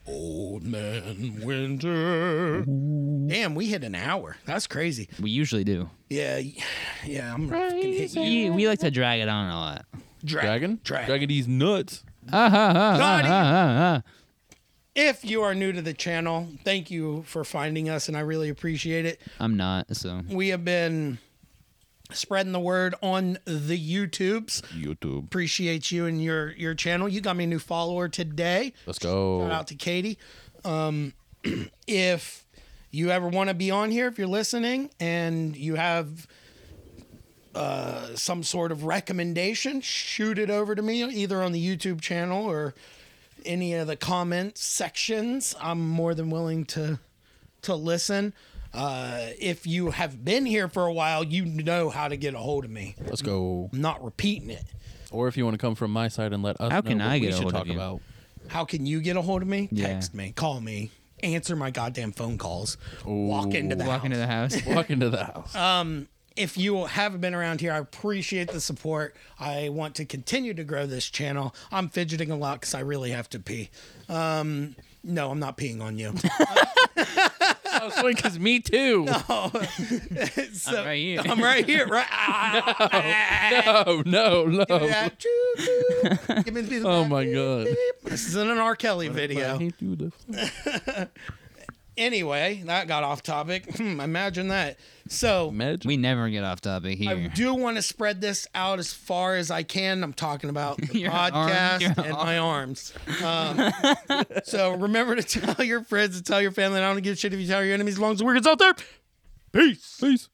Speaker 3: Old man winter. Damn, we hit an hour. That's crazy.
Speaker 1: We usually do.
Speaker 3: Yeah, yeah. I'm gonna fucking hit
Speaker 1: We,
Speaker 3: you.
Speaker 1: we like to drag it on a lot.
Speaker 2: Dragon?
Speaker 3: Dragon.
Speaker 2: Dragon, he's nuts.
Speaker 1: Ah, ah, ah,
Speaker 3: God,
Speaker 1: ah,
Speaker 3: he-
Speaker 1: ah, ah.
Speaker 3: If you are new to the channel, thank you for finding us, and I really appreciate it.
Speaker 1: I'm not, so.
Speaker 3: We have been spreading the word on the YouTubes.
Speaker 2: YouTube.
Speaker 3: Appreciate you and your your channel. You got me a new follower today.
Speaker 2: Let's go.
Speaker 3: Shout out to Katie. Um, [clears throat] if you ever want to be on here, if you're listening and you have uh, some sort of recommendation, shoot it over to me either on the YouTube channel or any of the comment sections. I'm more than willing to to listen. Uh, if you have been here for a while, you know how to get a hold of me.
Speaker 2: Let's go.
Speaker 3: I'm not repeating it.
Speaker 2: Or if you want to come from my side and let us
Speaker 1: How
Speaker 2: know
Speaker 1: can
Speaker 2: what
Speaker 1: I
Speaker 2: we
Speaker 1: get a
Speaker 2: should
Speaker 1: hold of
Speaker 2: talk
Speaker 1: you?
Speaker 2: about.
Speaker 3: How can you get a hold of me?
Speaker 1: Yeah.
Speaker 3: Text me, call me, answer my goddamn phone calls, walk into the
Speaker 1: Walk
Speaker 3: house.
Speaker 1: into the house.
Speaker 2: Walk into the house. [laughs]
Speaker 3: if you haven't been around here, I appreciate the support. I want to continue to grow this channel. I'm fidgeting a lot because I really have to pee. Um, no, I'm not peeing on
Speaker 2: [laughs]
Speaker 3: you. [laughs]
Speaker 2: I was like, Oh, cause me [laughs] too.
Speaker 3: So-
Speaker 1: right here.
Speaker 3: [laughs] I'm right here. Right. Ah, [laughs]
Speaker 2: No, Oh, no, [laughs] no.
Speaker 3: yeah. Choo, choo. Give me the piece of
Speaker 2: Oh
Speaker 3: that.
Speaker 2: my god.
Speaker 3: This is in an R. Kelly video. Anyway, that got off topic. Hmm, imagine that. So.
Speaker 2: Imagine.
Speaker 1: We never get off topic here.
Speaker 3: I do want to spread this out as far as I can. I'm
Speaker 1: [laughs]
Speaker 3: talking about the
Speaker 1: Your arms,
Speaker 3: podcast
Speaker 1: your
Speaker 3: and my arms. Um, so remember to [laughs] tell your friends, to tell your family, and I don't give a shit if you tell your enemies, as long as the word gets out there.
Speaker 2: Peace. Peace.